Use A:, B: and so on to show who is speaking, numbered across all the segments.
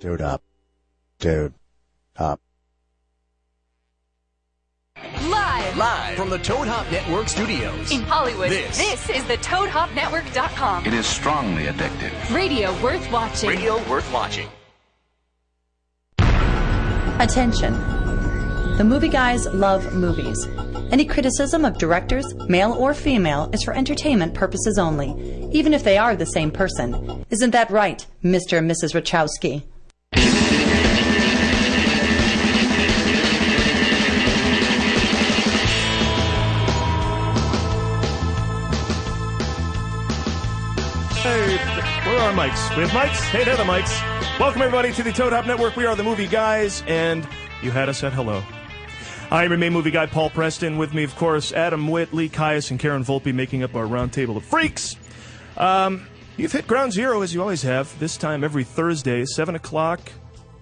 A: Dude up. Dude up.
B: Live
C: Live from the Toad Hop Network studios.
B: in Hollywood,
C: This.
B: is the ToadHopNetwork.com.
D: It is strongly addictive.
B: Radio worth watching.
C: Radio worth watching.
E: Attention. The movie guys love movies. Any criticism of directors, male or female, is for entertainment purposes only, even if they are the same person. Isn't that right, Mr. and Mrs. Rachowski?
F: Hey, where are our mics? We have mics. Hey there, the mics. Welcome everybody to the Toad Hop Network. We are the Movie Guys, and you had us at hello. I remain movie guy Paul Preston. With me, of course, Adam Witt, Lee Caius, and Karen Volpe, making up our round table of freaks. Um, you've hit ground zero as you always have. This time every Thursday, seven o'clock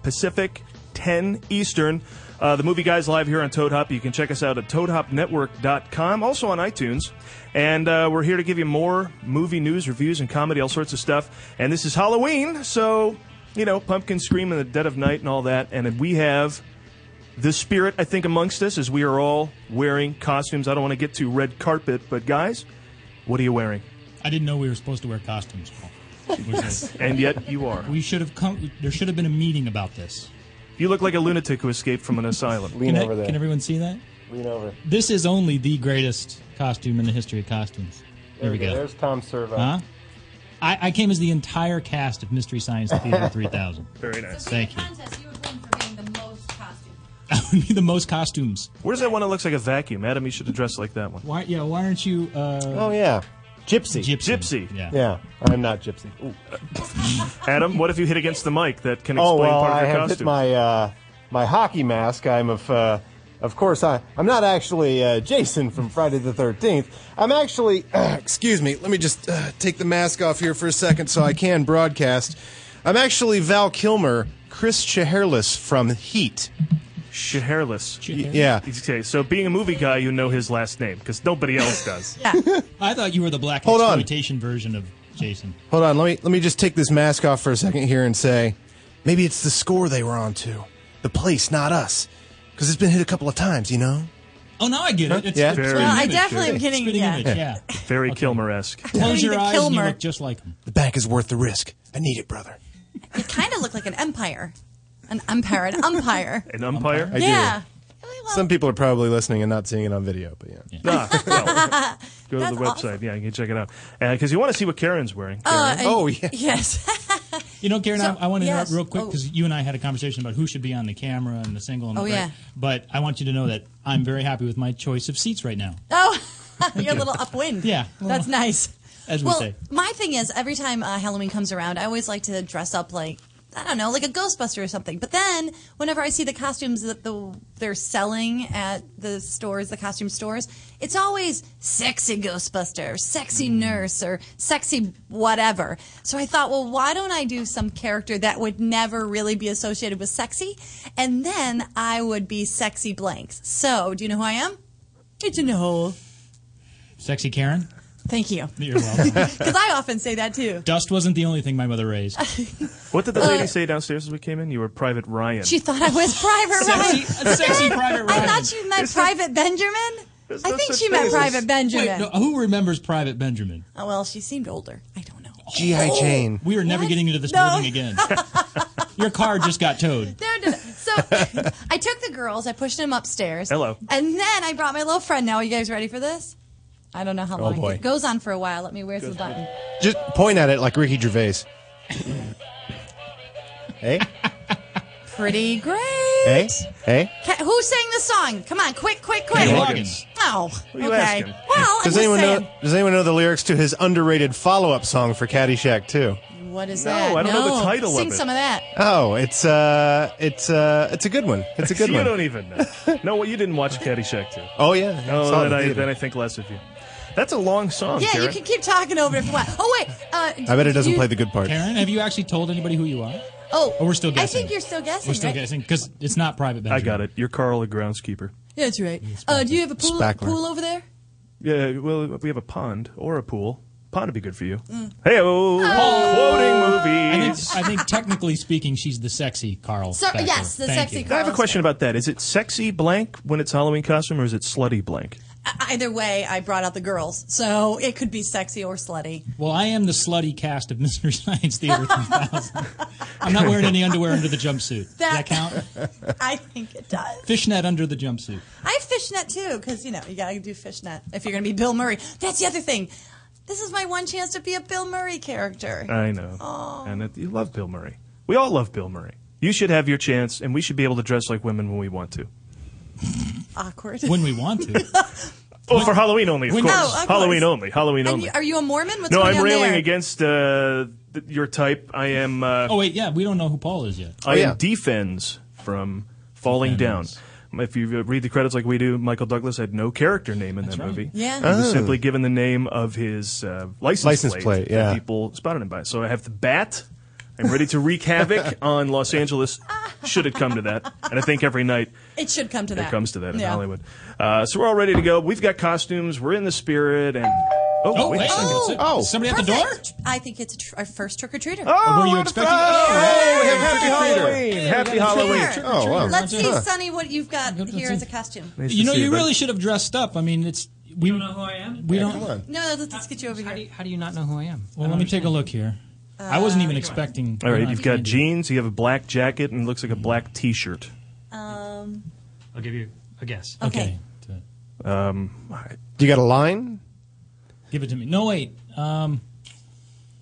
F: Pacific, ten Eastern. Uh, the movie guys live here on Toad Hop. You can check us out at ToadHopNetwork.com, also on iTunes. And uh, we're here to give you more movie news, reviews, and comedy, all sorts of stuff. And this is Halloween, so you know, pumpkin scream in the dead of night and all that. And we have the spirit, I think, amongst us is we are all wearing costumes. I don't want to get too red carpet, but guys, what are you wearing?
G: I didn't know we were supposed to wear costumes. Paul. Was it-
F: And yet you are.
G: we should have come. There should have been a meeting about this.
F: You look like a lunatic who escaped from an asylum.
H: Lean
G: Can, I-
H: over there.
G: can everyone see that?
H: Lean over.
G: This is only the greatest costume in the history of costumes. There, we go.
H: There's Tom Servo.
G: Huh? I, I came as the entire cast of Mystery Science Theater 3000.
F: Very nice.
G: Thank you.
I: contest, you would win for being the most costumed.
G: That would be the most costumes.
F: Where's that one that looks like a vacuum? Adam, you should have dressed like that one.
G: Why? Yeah. Why aren't you? Uh,
H: Oh yeah, Gypsy.
G: gypsy.
F: Gypsy.
G: Yeah.
H: yeah, I'm not Gypsy. Ooh.
F: Adam, what if you hit against the mic? That can
H: Oh
F: explain
H: well,
F: part
H: I
F: of your
H: have hit
F: costume.
H: my uh, my hockey mask. I'm of uh, of course I I'm not actually uh, Jason from Friday the Thirteenth. I'm actually
J: Excuse me, let me just uh, take the mask off here for a second so I can broadcast. I'm actually Val Kilmer, Chris Cheherless from Heat.
F: Shit hairless.
J: Yeah.
F: Okay, so being a movie guy, you know his last name because nobody else does.
G: I thought you were the black
J: Hold on.
G: exploitation version of Jason.
J: Hold on, let me let me just take this mask off for a second here and say maybe it's the score they were on to. The place, not us. Cuz it's been hit a couple of times, you know.
G: Oh, now I get it. It's,
J: Yeah.
G: it's
F: Very
G: spitting
I: I
F: image,
I: definitely am
F: very-
I: kidding.
G: image,
I: Yeah.
G: yeah.
F: very Kilmer esque.
G: Close
I: Including
G: your
I: the
G: eyes and you
I: Kilmer.
G: look just like him.
J: The bank is worth the risk. I need it, brother.
I: It kind of looked like an empire. An umpire. An umpire.
F: An umpire?
J: I
I: yeah.
J: Some people are probably listening and not seeing it on video, but yeah.
F: Nah, Ah, well, go to
I: That's
F: the website. Yeah, you can check it out. Because you want to see what Karen's wearing.
G: Uh,
F: Karen.
J: Oh, yeah.
I: Uh, Yes.
G: You know, Karen,
I: So,
G: I, I want to
I: yes.
G: interrupt real quick
I: Oh.
G: because you and I had a conversation about who should be on the camera and the single. And
I: Oh,
G: right?
I: yeah.
G: But I want you to know that I'm very happy with my choice of seats right now.
I: oh, you're a little upwind.
G: Yeah.
I: That's nice.
G: As we
I: well,
G: say.
I: my thing is, every time uh, Halloween comes around, I always like to dress up like. I don't know, like a Ghostbuster or something. But then, whenever I see the costumes that the, they're selling at the stores, the costume stores, it's always sexy Ghostbuster, sexy
G: Mm.
I: nurse, or sexy whatever. So I thought, well, why don't I do some character that would never really be associated with sexy? And then I would be sexy blanks. So, do you know who I am? It's a no.
G: Sexy Karen,
I: Thank you.
G: you're welcome.
I: Because I often say that too.
G: Dust wasn't the only thing my mother raised.
F: What did the lady say downstairs as we came in? You were Private Ryan.
I: She thought I was Private Ryan.
G: sexy, a sexy private
I: I
G: Ryan.
I: thought you meant Private Benjamin.
F: There's
I: I
F: no
I: think
F: such
I: she
F: thing
I: meant
F: as-
I: Private Benjamin.
G: Wait, no, who remembers Private Benjamin?
I: oh, well, she seemed older. I don't know.
J: G.I. Jane.
G: We are never
I: Oh. What?
G: getting into this
I: No.
G: building again. Your car just got towed.
I: No, no, no. So I took the girls. I pushed them upstairs.
F: Hello.
I: And then I brought my little friend. Now, are you guys ready for this? I don't know how long
J: boy.
I: it goes on for a while. Let me. Where's the button?
J: Just point at it like Ricky Gervais. hey?
I: Pretty great.
J: Hey? Hey?
I: Ca- who sang the song? Come on, quick, quick, quick.
G: Kenny Loggins.
F: Loggins.
I: Oh,
F: you
I: okay.
F: asking?
I: Well, Oh, I'm
J: Does
I: just
J: anyone
I: saying.
J: know? Does anyone know the lyrics to his underrated follow-up song for Caddyshack too?
I: What is
F: No,
I: that?
F: I don't know the title of
I: Sing
F: it.
I: some of that.
J: Oh, it's uh, it's uh, it's a good one. It's a good
F: you
J: one.
F: don't even know. No, well, you didn't watch Caddyshack too.
J: oh yeah.
F: Oh,
J: Saw it in
F: then
J: the
F: I,
J: theater.
F: then I think less of you. That's a long song,
I: Yeah,
F: Karen.
I: you can keep talking over it if you want. Oh wait, uh,
J: I bet it doesn't
I: you-
J: play the good part.
G: Karen, have you actually told anybody who you are?
I: Oh,
G: Oh, we're still
I: I
G: guessing.
I: think you're still guessing.
G: We're still
I: right?
G: guessing because it's not Private Benjamin.
F: I got it. You're Carl, a groundskeeper.
I: Yeah, that's right. Uh, do you have a pool,
J: Spackler.
I: pool over there?
F: Yeah, well, we have a pond or a pool. Pond would be good for you. Hey, oh, quoting
G: I
F: movies.
G: think, I think technically speaking, she's the sexy Carl.
I: So-
G: Becker.
I: yes, the
G: Thank
I: sexy
G: you.
I: Carl.
F: I have a question about that. Is it sexy blank when it's Halloween costume, or is it slutty blank?
I: Either way, I brought out the girls, so it could be sexy or slutty.
G: Well, I am the slutty cast of Mystery Science Theater 3000. I'm not wearing any underwear under the jumpsuit. Does that
I: That-
G: count?
I: I think it does.
G: Fishnet under the jumpsuit.
I: I have fishnet too, because you know you gotta do fishnet if you're gonna be Bill Murray. That's the other thing. This is my one chance to be a Bill Murray character.
F: I know. And that, you love Bill Murray. We all love Bill Murray. You should have your chance, and we should be able to dress like women when we want to.
I: Awkward.
G: When we want to. Oh,
F: Well, for Halloween only, of
G: When-
F: course.
I: Oh, of course.
F: Halloween only. Halloween
I: And
F: only.
I: you- are you a Mormon? What's
F: no,
I: going
F: I'm
I: on
F: railing
I: there?
F: against uh, th- your type. I am. Uh,
G: Oh, wait, yeah, we don't know who Paul is
H: Oh,
G: yet.
F: I
J: yeah.
F: am defends from falling
G: Defends.
F: down. If you uh, read the credits like we do, Michael Douglas had no character name in that
G: right.
F: movie.
I: Yeah.
F: he was simply given the name of his uh, license,
H: Oh. License
F: plate.
H: plate,
F: that
H: yeah.
F: people spotted him by. So I have the bat. I'm ready to wreak havoc on Los Angeles, should it come to that. And I think every night
I: It should come to that.
F: it comes to that in
I: Yeah.
F: Hollywood. Uh, so we're all ready to go. We've got costumes. We're in the spirit. And oh,
G: Oh,
F: wait a
G: wait,
F: second.
G: it's-
J: Oh.
G: it's somebody at the door?
I: Perfect. I think it's a tr- our first trick or treater.
G: Or were you expecting?
J: we have a
F: Happy
J: trick-or-treater.
F: Halloween! Happy Halloween!
I: Sure.
J: Oh, wow.
I: Let's
G: Huh.
I: see, Sonny, what you've got
G: Let's
I: here
G: see.
I: as a costume.
F: Nice
G: You
F: to
G: know,
F: see
G: you really
F: bud.
G: should have dressed up. I mean, it's we
K: don't know who I am?
G: we
J: Yeah,
G: don't.
J: come on.
I: No, let's, let's get you over
K: How do
I: here.
K: you, how do you not know who I am?
G: Well, let me take a look here. I wasn't
K: Uh,
G: even expecting. uh,
F: All
G: I
F: right,
G: don't
F: you've
G: know.
F: got jeans. You have a black jacket, and it looks like a black T-shirt.
I: Um,
K: I'll give you a guess.
G: Okay,
I: okay.
G: to-
H: You got a line?
G: give it to me. No, wait. Um,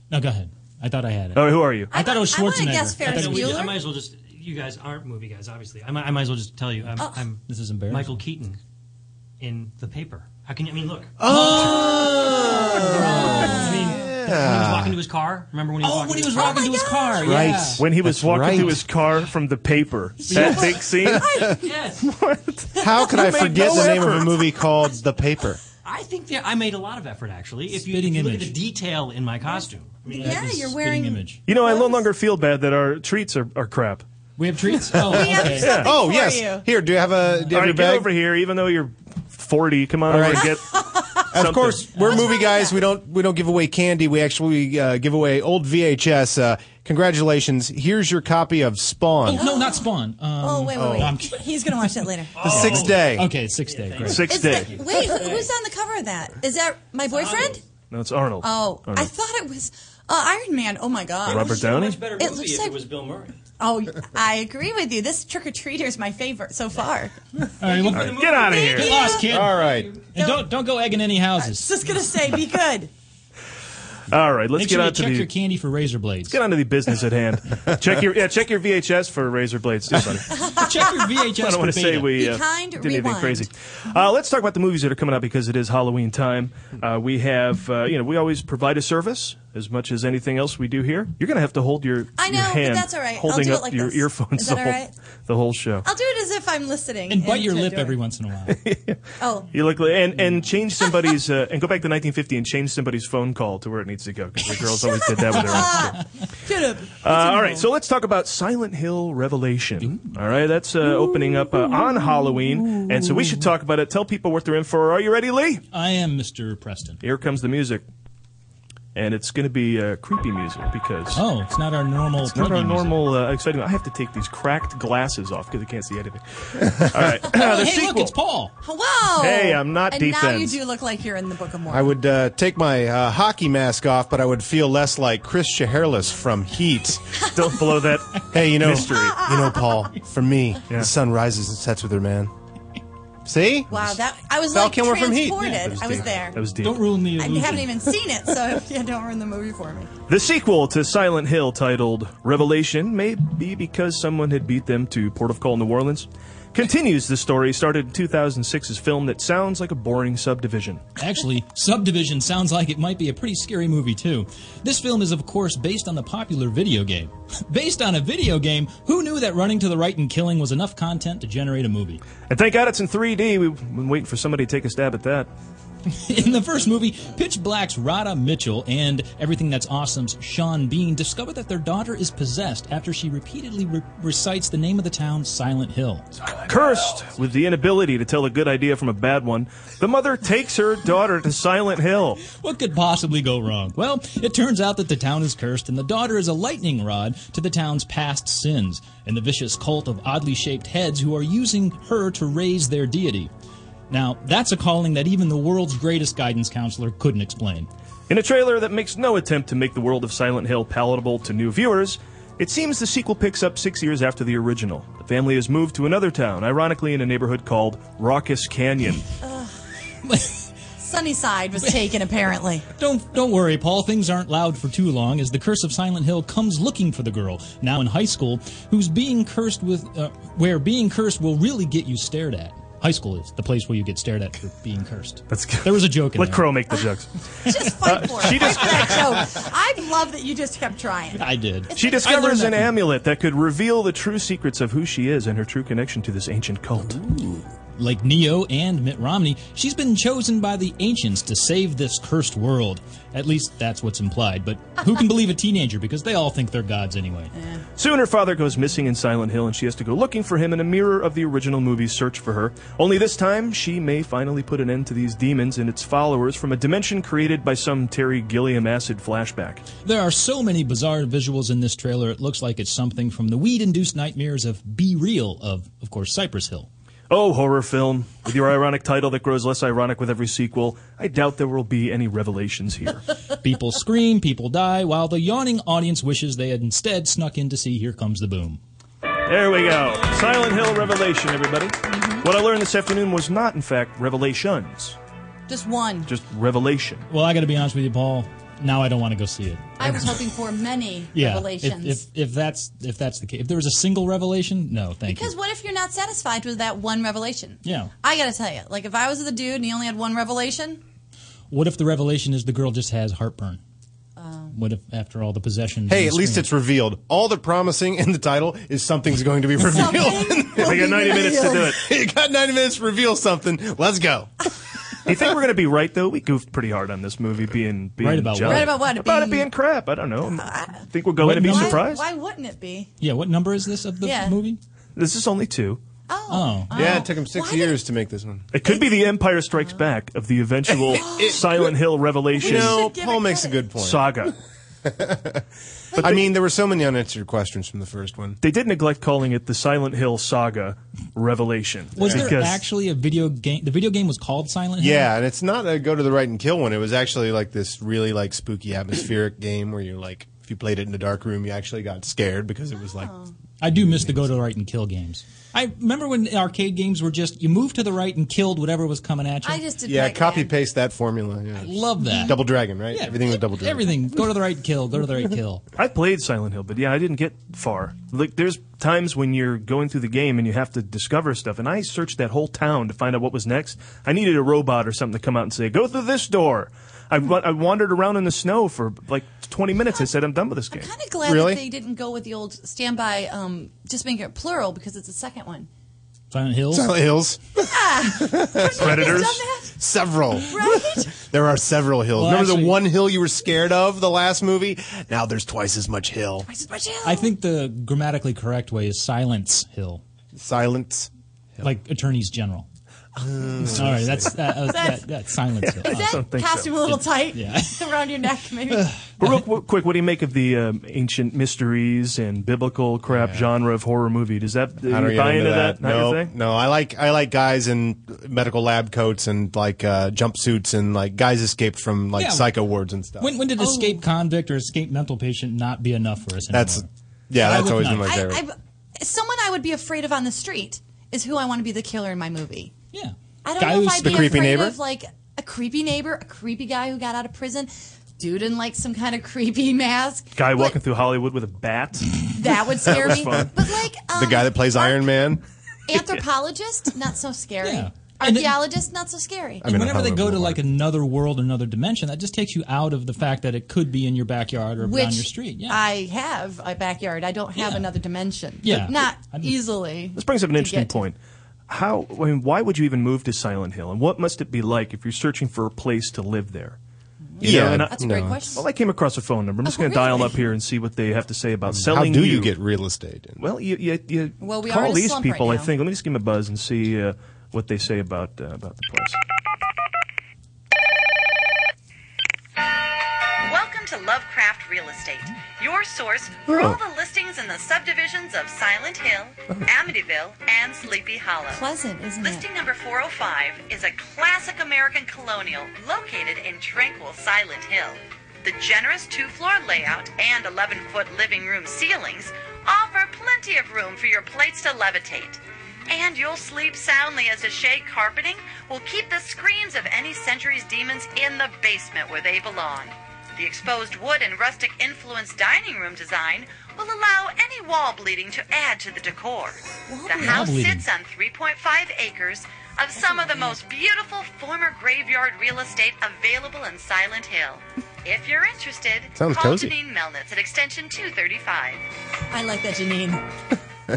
G: no, go ahead. I thought I had it.
F: All right, who are you?
G: I thought it was
I: I wanna
G: Schwarzenegger.
I: guess
G: I thought it
I: Ferris
K: No,
G: was-
K: we just, I
I: Bueller?
K: might as well just. You guys aren't movie guys, obviously. I might, I might as well just tell you. I'm,
G: Oh.
K: I'm
G: This is embarrassing.
K: Michael Keaton in The Paper. How can you? I mean, look.
F: Oh!
K: Oh! I mean, when he was walking to his car. Remember when he was
G: Oh,
K: walking
G: when he
K: to
G: was
K: his
G: walking to his car.
K: Oh,
G: Yeah.
H: Right.
F: When he was
H: That's
F: walking
H: right.
F: to his car from the paper, that big scene.
K: Yes.
H: How could I
F: made
H: forget
F: no
H: the name of
F: effort.
H: a movie called The Paper?
K: I think that I made a lot of effort actually. If you, if
G: Spitting
K: you look at the
G: image.
K: detail in my costume, I mean,
I: yeah,
G: This
I: you're
G: spitting
I: wearing.
G: image.
F: You know, I no longer feel bad that our treats are, are crap.
G: We have treats. Oh,
I: have
G: okay.
I: something
H: Oh,
I: for
H: yes.
I: you.
H: Here, do you have a do you
F: All
H: have
F: right,
H: your
F: get
H: bag?
F: over here. Even though you're 40, come on over
H: right.
F: and get.
H: Of course, we're movie guys. We don't we don't give away candy. We actually uh, give away old VHS. Uh, congratulations! Here's your copy of Spawn,
G: Oh, no, not Spawn. Um,
I: Oh, wait, wait,
G: no, I'm
I: wait.
G: kidding.
I: He's going to watch that later.
H: the sixth day.
G: Okay, six day. Great.
F: Six
I: It's
F: day.
I: the- wait, who- who's on the cover of that? Is that my boyfriend?
F: No, it's Arnold.
I: Oh,
F: Arnold.
I: I thought it was uh, Iron Man. Oh my God.
F: Robert Downey.
K: better
I: It looks like-
K: Bill Murray.
I: Oh, I agree with you. This trick or treater is my favorite so far.
G: All right, look, get
F: Get out of here.
G: lost, kid.
H: All right.
G: And don't don't go egging any houses.
I: Just gonna say, be good.
F: All right, let's
G: Make
F: get
G: sure you
F: on to
G: check your
F: the
G: candy for razor blades.
F: get on to the business at hand. check your yeah, check your VHS for razor blades too, buddy.
G: check your VHS.
F: I don't
G: for
F: want to say
G: beta.
F: we
I: Be
F: uh,
I: kind,
F: did anything
I: rewind.
F: crazy. Uh, let's talk about the movies that are coming out because it is Halloween time. Uh, we have, uh, you know, we always provide a service as much as anything else we do here. You're going to have to hold your,
I: I know,
F: your
I: but
F: hand
I: that's all right. I'll
F: holding
I: do it
F: up
I: like
F: your
I: this.
F: earphones
I: Is that
F: the,
I: all
F: whole,
I: right?
F: the whole show.
I: I'll do it as if I'm listening.
G: And bite your
I: into
G: lip
I: doing
G: every
I: it.
G: once in a while.
I: Oh,
F: You look like, and, and change somebody's uh, and go back to 1950 and change somebody's phone call to where it needs to go because the girls always did that with their own.
I: shut up.
F: Uh, all right, so let's talk about Silent Hill Revelation. All right, that's uh, opening up uh, on Halloween, and so we should talk about it. Tell people what they're in for. Are you ready, Lee?
G: I am Mr. Preston.
F: Here comes the music. And it's going to be uh, creepy music because
G: Oh, it's not our normal.
F: it's not
G: preview
F: our
G: music.
F: normal uh, exciting. I have to take these cracked glasses off because I can't see anything. All right. the
G: hey,
F: sequel.
G: look, it's Paul.
I: Whoa.
F: Hey, I'm not
I: And now you
F: defense.
I: do look like you're in the Book of
H: I
I: Mormon.
H: would uh, take my uh, hockey mask off, but I would feel less like Chris Chaherlis from Heat.
F: Don't blow that.
H: Hey, you know,
F: Mystery.
H: you know, Paul. For me,
F: Yeah.
H: the sun rises and sets with her man. See?
I: wow, that I was
H: Val
I: like
H: Kilmer from Heat.
I: transported.
H: Yeah, that was
I: I was
H: deep.
I: there.
F: That was deep.
G: Don't ruin the
I: I
G: illusion.
I: haven't even seen it, so yeah, don't ruin the movie for me.
F: The sequel to Silent Hill, titled Revelation, may be because someone had beat them to Port of Call, New Orleans, continues the story started in 2006's film that sounds like a boring subdivision.
G: Actually, Subdivision sounds like it might be a pretty scary movie, too. This film is, of course, based on the popular video game. based on a video game, who knew that running to the right and killing was enough content to generate a movie?
F: And thank God it's in 3D. We've been waiting for somebody to take a stab at that.
G: In the first movie, Pitch Black's Rada Mitchell and Everything That's Awesome's Sean Bean discover that their daughter is possessed after she repeatedly re- recites the name of the town, Silent Hill.
F: Cursed with the inability to tell a good idea from a bad one, the mother takes her daughter to Silent Hill.
G: What could possibly go wrong? Well, it turns out that the town is cursed and the daughter is a lightning rod to the town's past sins and the vicious cult of oddly shaped heads who are using her to raise their deity. Now, that's a calling that even the world's greatest guidance counselor couldn't explain.
F: In a trailer that makes no attempt to make the world of Silent Hill palatable to new viewers, it seems the sequel picks up six years after the original. The family has moved to another town, ironically in a neighborhood called Raucous Canyon.
I: Sunnyside was taken, apparently.
G: Don't don't worry, Paul. Things aren't loud for too long as the curse of Silent Hill comes looking for the girl now in high school who's being cursed with uh, where being cursed will really get you stared at. High school is the place where you get stared at for being cursed.
F: That's good.
G: There was a joke in
F: Let
G: there.
F: Crow make the jokes.
I: Just fight for it.
F: Uh, she
I: She
F: just-
I: just, that joke. I love that you just kept trying.
G: I did.
F: She
G: I learned
F: discovers
G: that from-
F: an amulet that could reveal the true secrets of who she is and her true connection to this ancient cult.
G: like Neo and Mitt Romney, she's been chosen by the ancients to save this cursed world. At least that's what's implied, but who can believe a teenager because they all think they're gods anyway.
F: Soon her father goes missing in Silent Hill and she has to go looking for him in a mirror of the original movie's search for her. Only this time, she may finally put an end to these demons and its followers from a dimension created by some Terry Gilliam acid flashback.
G: There are so many bizarre visuals in this trailer, it looks like it's something from the weed induced nightmares of Be Real of, of course, Cypress Hill.
F: Oh, horror film. With your ironic title that grows less ironic with every sequel, I doubt there will be any revelations here.
G: People scream, people die, while the yawning audience wishes they had instead snuck in to see Here Comes the Boom.
F: there we go. Silent Hill Revelation, everybody. What I learned this afternoon was not, in fact, revelations,
I: Just one.
F: just revelation.
G: Well, I gotta be honest with you, Paul. Now I don't want to go see it.
I: I was hoping for many
G: Yeah. If,
I: revelations.
G: if, if that's if that's the case, if there was a single revelation, no, thank
I: because
G: you.
I: what if you're not satisfied with that one revelation?
G: Yeah.
I: I gotta tell you, like if I was the dude and he only had one revelation,
G: What if the revelation is the girl just has heartburn?
I: Um.
G: what if after all the possession?
H: Hey, at least it's revealed. All the promising in the title is something's going to be revealed.
I: something.
F: We got 90 minutes to do it.
H: you got 90 minutes to reveal something. Let's go.
F: Do you think we're gonna be right though? We goofed pretty hard on this movie, being being
G: Right about what?
F: jolly.
G: Right
I: about what?
F: About it
I: Being-
F: being crap. I don't know. I think we're going to be
G: What
I: Why,
F: surprised.
I: why wouldn't it be?
G: yeah. What number is this of the
I: Yeah.
G: movie?
F: This is only two.
I: Oh, oh.
H: Yeah, it took him six
I: Why
H: years to make this one.
F: It could be the Empire Strikes Back of the eventual Silent Hill revelation
H: You know,
I: give
H: Paul
I: it
H: makes a
I: credit.
H: good point.
F: saga.
H: I mean, there were so many unanswered questions from the first one.
F: They did neglect calling it the Silent Hill Saga Revelation.
G: Was there
F: because
G: actually a video game? The video game was called Silent Hill.
H: Yeah, and it's not a go to the right and kill one. It was actually like this really like spooky atmospheric game where you're like, if you played it in a dark room, you actually got scared because it was like,
G: I do miss the go to the right and kill games. I remember when arcade games were just you moved to the right and killed whatever was coming at you.
I: I just did
H: yeah,
I: like
H: copy
I: that.
H: paste that formula. Yeah.
G: love that.
H: Double Dragon, right?
G: Yeah,
H: Everything was Double Dragon.
G: Everything. Go to the right, kill. Go to the right, kill.
F: I played Silent Hill, but yeah, I didn't get far. Like, there's times when you're going through the game and you have to discover stuff, and I searched that whole town to find out what was next. I needed a robot or something to come out and say, "Go through this door." I, wa- I wandered around in the snow for like 20 minutes. I said, "I'm done with this game."
I: Kind of glad
H: Really?
I: that they didn't go with the old standby, um, just make it plural because it's the second one.
G: Silent Hills.
H: Silent Hills. Ah.
F: Predators.
I: Dumbass,
H: Several.
I: right?
H: There are several hills.
G: Well,
H: Remember
G: actually-
H: the one hill you were scared of the last movie? Now there's twice as much hill.
I: I said, "What the hell?"
G: I think the grammatically correct way is Silence Hill,
H: Silence. Uh,
G: like attorneys general. All right, that's uh, that, that, that, that's Silence Hill.
I: Is
F: don't
I: that
F: think
I: costume a little tight around your neck, maybe?
F: But real qu- quick, what do you make of the um, ancient mysteries and biblical crap genre of horror movie? Does that
H: I
F: are
H: don't
F: you
H: get
F: buy
H: into
F: into that? Not
H: No,
F: your thing?
H: no. I like I like guys in medical lab coats and like uh, jumpsuits and like guys escaped from like
G: Yeah.
H: psycho wards and stuff.
G: When, when did
I: Oh.
G: escape convict or escape mental patient not be enough for us anymore?
H: that's yeah,
G: I
H: that's
G: would
H: always
G: not.
H: been my
I: I,
H: favorite.
I: I, someone I would be afraid of on the street is who I want to be the killer in my movie.
G: yeah.
I: I don't
G: Guy
I: know if
G: who's-
I: I'd
H: the
I: be
H: creepy
I: afraid
H: neighbor?
I: of like a creepy neighbor, a creepy guy who got out of prison, dude in like some kind of creepy mask.
F: Guy
I: But
F: walking through Hollywood with a bat.
I: that would scare me.
F: fun.
I: But like um,
H: the guy that plays Iron Man.
I: anthropologist, not so scary.
G: Yeah. And then-
I: Archaeologist, not so scary.
H: mean, I
G: Whenever
H: thought
G: they
H: it
G: go
H: was
G: to
H: more
G: like another world or another dimension, that just takes you out of the fact that it could be in your backyard or
I: Which
G: down your street. Yeah.
I: I have a backyard. I don't have
G: Yeah.
I: another dimension.
G: Yeah.
I: But not
G: I didn't-
I: easily.
F: This brings up an
I: to
F: interesting
I: get to.
F: point. how, I mean, why would you even move to Silent Hill? And what must it be like if you're searching for a place to live there? You
J: Mm-hmm. Yeah,
F: know, and I-
J: That's a great no. question.
F: Well, I came across a phone number. I'm just
J: Oh,
F: going to dial
J: really?
F: up here and see what they have to say about
J: How
F: selling.
J: do you, get real estate?
F: Well, you, you, you
J: Well, we are
F: call
J: in a
F: these
J: slump right
F: people. I
J: now.
F: think. Let me just give them a buzz and see uh, what they say about uh, about the place.
L: Welcome to Lovecraft Real Estate, your source for all
F: Oh.
L: the listings in the subdivisions of Silent Hill, Amityville, and Sleepy Hollow.
I: Pleasant, isn't it?
L: Listing number 405 is a classic American colonial located in tranquil Silent Hill. The generous two floor layout and 11 foot living room ceilings offer plenty of room for your plates to levitate. And you'll sleep soundly as the shade carpeting will keep the screams of any century's demons in the basement where they belong. The exposed wood and rustic influenced dining room design will allow any wall bleeding to add to the decor. The house
M: bleeding.
L: sits on 3.5 acres of some of the most beautiful former graveyard real estate available in Silent Hill. If you're interested,
G: Sounds
L: call
G: cozy.
L: Janine Melnitz at extension 235.
I: I like that, Janine.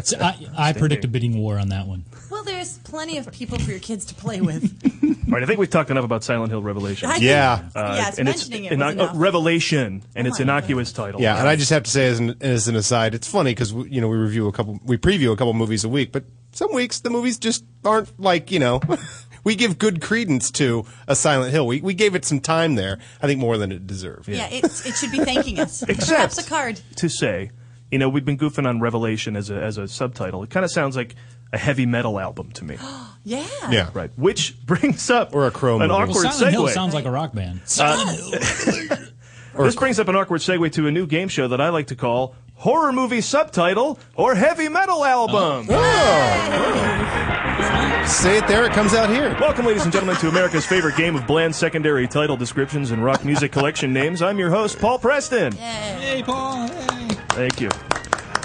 G: So I, I predict a bidding war on that one.
I: Well, there's plenty of people for your kids to play with.
F: All right, I think we've talked enough about Silent Hill Revelation. Uh,
I: I think- Yeah. yes,
F: and it's
I: mentioning it was
F: inoc-
I: enough.
F: Revelation, and
J: Oh
F: its innocuous title.
H: Yeah, and I just have to say as an, as an aside, it's funny because you know we review a couple, we preview a couple movies a week, but some weeks the movies just aren't like you know. we give good credence to a Silent Hill. We we gave it some time there. I think more than it deserved.
I: Yeah, it, it should be thanking us.
F: Except-
I: Perhaps a card.
F: to say, you know, we've been goofing on Revelation as a as a subtitle. It kind of sounds like a heavy metal album to me.
I: Yeah.
F: right. Which brings up or a crow an
G: Well,
F: awkward
G: Silent
F: segue.
G: Hill sounds like a rock band.
F: this brings up an awkward segue to a new game show that I like to call horror movie subtitle or heavy metal album.
H: Say Oh. it there, it comes out here.
F: Welcome, ladies and gentlemen, to America's favorite game of bland secondary title descriptions and rock music collection names. I'm your host, Paul Preston.
G: Hey, Paul.
F: Thank you.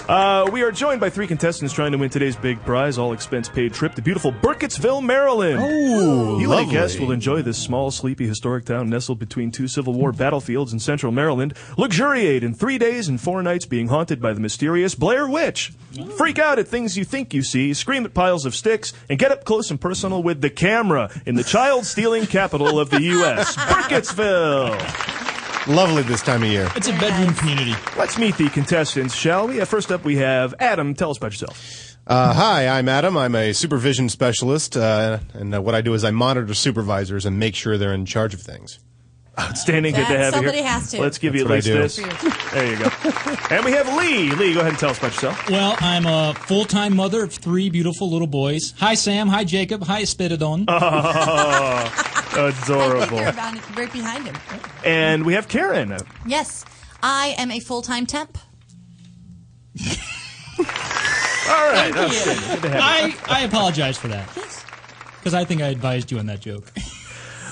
F: Uh, we are joined by three contestants trying to win today's big prize, all expense paid trip to beautiful Burkittsville, Maryland.
H: Oh,
F: you and
H: lovely.
F: a guest will enjoy this small, sleepy, historic town nestled between two Civil War battlefields in central Maryland. Luxuriate in three days and four nights being haunted by the mysterious Blair Witch. Freak out at things you think you see, scream at piles of sticks, and get up close and personal with the camera in the child stealing capital of the U.S., Burkittsville.
H: Lovely this time of year.
G: It's a bedroom community.
F: Let's meet the contestants, shall we? Uh, First up, we have Adam. Tell us about yourself.
H: Uh, hi, I'm Adam. I'm a supervision specialist, uh, and uh, what I do is I monitor supervisors and make sure they're in charge of things.
F: Outstanding. Good to
H: That
F: have you
H: somebody
F: here.
H: has to.
F: Let's give you at
H: That's
F: least
H: what I
F: this. There you go. and we have Lee. Lee, go ahead and tell us about yourself.
G: Well, I'm a full time mother of three beautiful little boys. Hi, Sam. Hi, Jacob. Hi, Spididon.
I: They're
F: adorable.
I: about right behind him.
F: And we have Karen.
I: Yes, I am a full time temp.
F: All right.
G: Thank you.
F: outstanding. Good to have you.
G: I, I apologize for that. Because I think I advised you on that joke.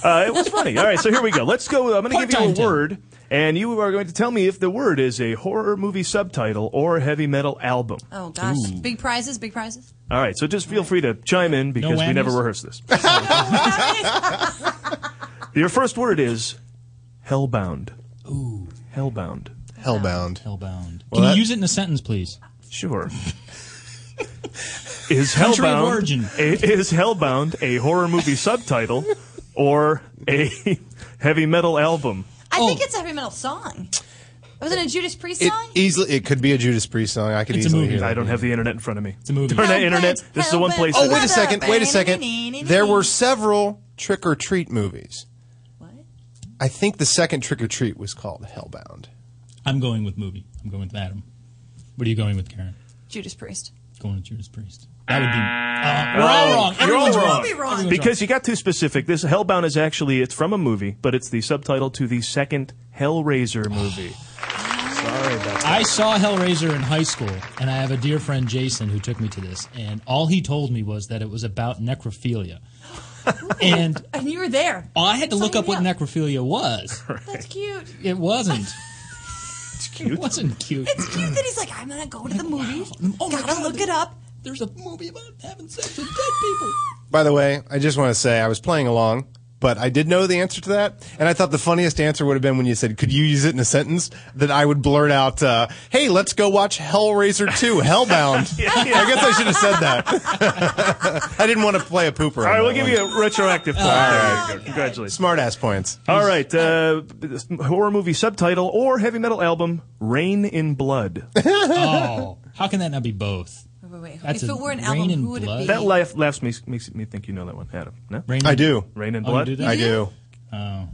F: Uh, it was funny. All right, so here we go. Let's go. I'm going to give you a
G: Part-time Tim.
F: word, and you are going to tell me if the word is a horror movie subtitle or heavy metal album.
I: Oh gosh, big prizes, big prizes.
F: All right, so just feel free to chime in because we
G: whammies?
F: never rehearse this. Your first word is hellbound. Ooh. Hellbound.
H: Hellbound.
G: Hellbound.
F: Well,
G: Can
F: that-
G: you use it in a sentence, please?
F: Sure. Is
G: Country of
F: hellbound
G: origin.
F: A, is hellbound a horror movie subtitle or a heavy metal album?
I: I think it's a heavy metal song. Was it a Judas Priest
H: It
I: song?
H: easily, it could be a Judas Priest song. I could
F: It's a
H: easily
F: movie.
H: hear. That
F: I don't have the internet in front of me. It's
G: a movie.
F: Turn that internet. This is the one place.
H: Oh,
F: that-
H: wait a second. Wait a second. There were several trick or treat movies. What? I think the second trick or treat was called Hellbound.
G: I'm going with movie. I'm going with Adam. What are you going with, Karen?
I: Judas Priest.
G: Going with Judas Priest. That would be. Uh, we're all wrong. Everyone's
F: You're all wrong.
G: Everyone's
F: Because you got too specific. This Hellbound is actually it's from a movie, but it's the subtitle to the second Hellraiser movie. Sorry about
G: I saw Hellraiser in high school, and I have a dear friend Jason who took me to this, and all he told me was that it was about necrophilia. and
I: And you were there.
G: I had to look up what necrophilia was.
I: That's cute.
G: It wasn't. it's cute. It wasn't cute.
I: It's cute that he's like, I'm gonna go to the movies.
G: Oh,
I: Gotta look it up.
G: There's a movie about having sex with dead people.
H: By the way, I just want to say I was playing along. but I did know the answer to that. And I thought the funniest answer would have been when you said, could you use it in a sentence? That I would blurt out, uh, hey, let's go watch Hellraiser 2, Hellbound.
F: Yeah, yeah.
H: I guess I should have said that. I didn't want to play a pooper.
F: All right, we'll give you a retroactive point.
G: Oh,
F: There you go. Congratulations.
H: Smart ass points.
F: All right, uh, horror movie subtitle or heavy metal album, Rain in Blood.
G: oh, how can that not be both?
I: Wait, wait, wait.
G: That's
I: if
G: a
I: it were an
G: rain
I: album,
G: in
I: who would
G: blood.
I: it be?
F: That laugh, laughs makes, makes me think you know that one, Adam. No?
G: Rain
H: I do.
F: Rain in
G: Oh, you
F: Blood?
G: do that?
H: I do.
G: Oh.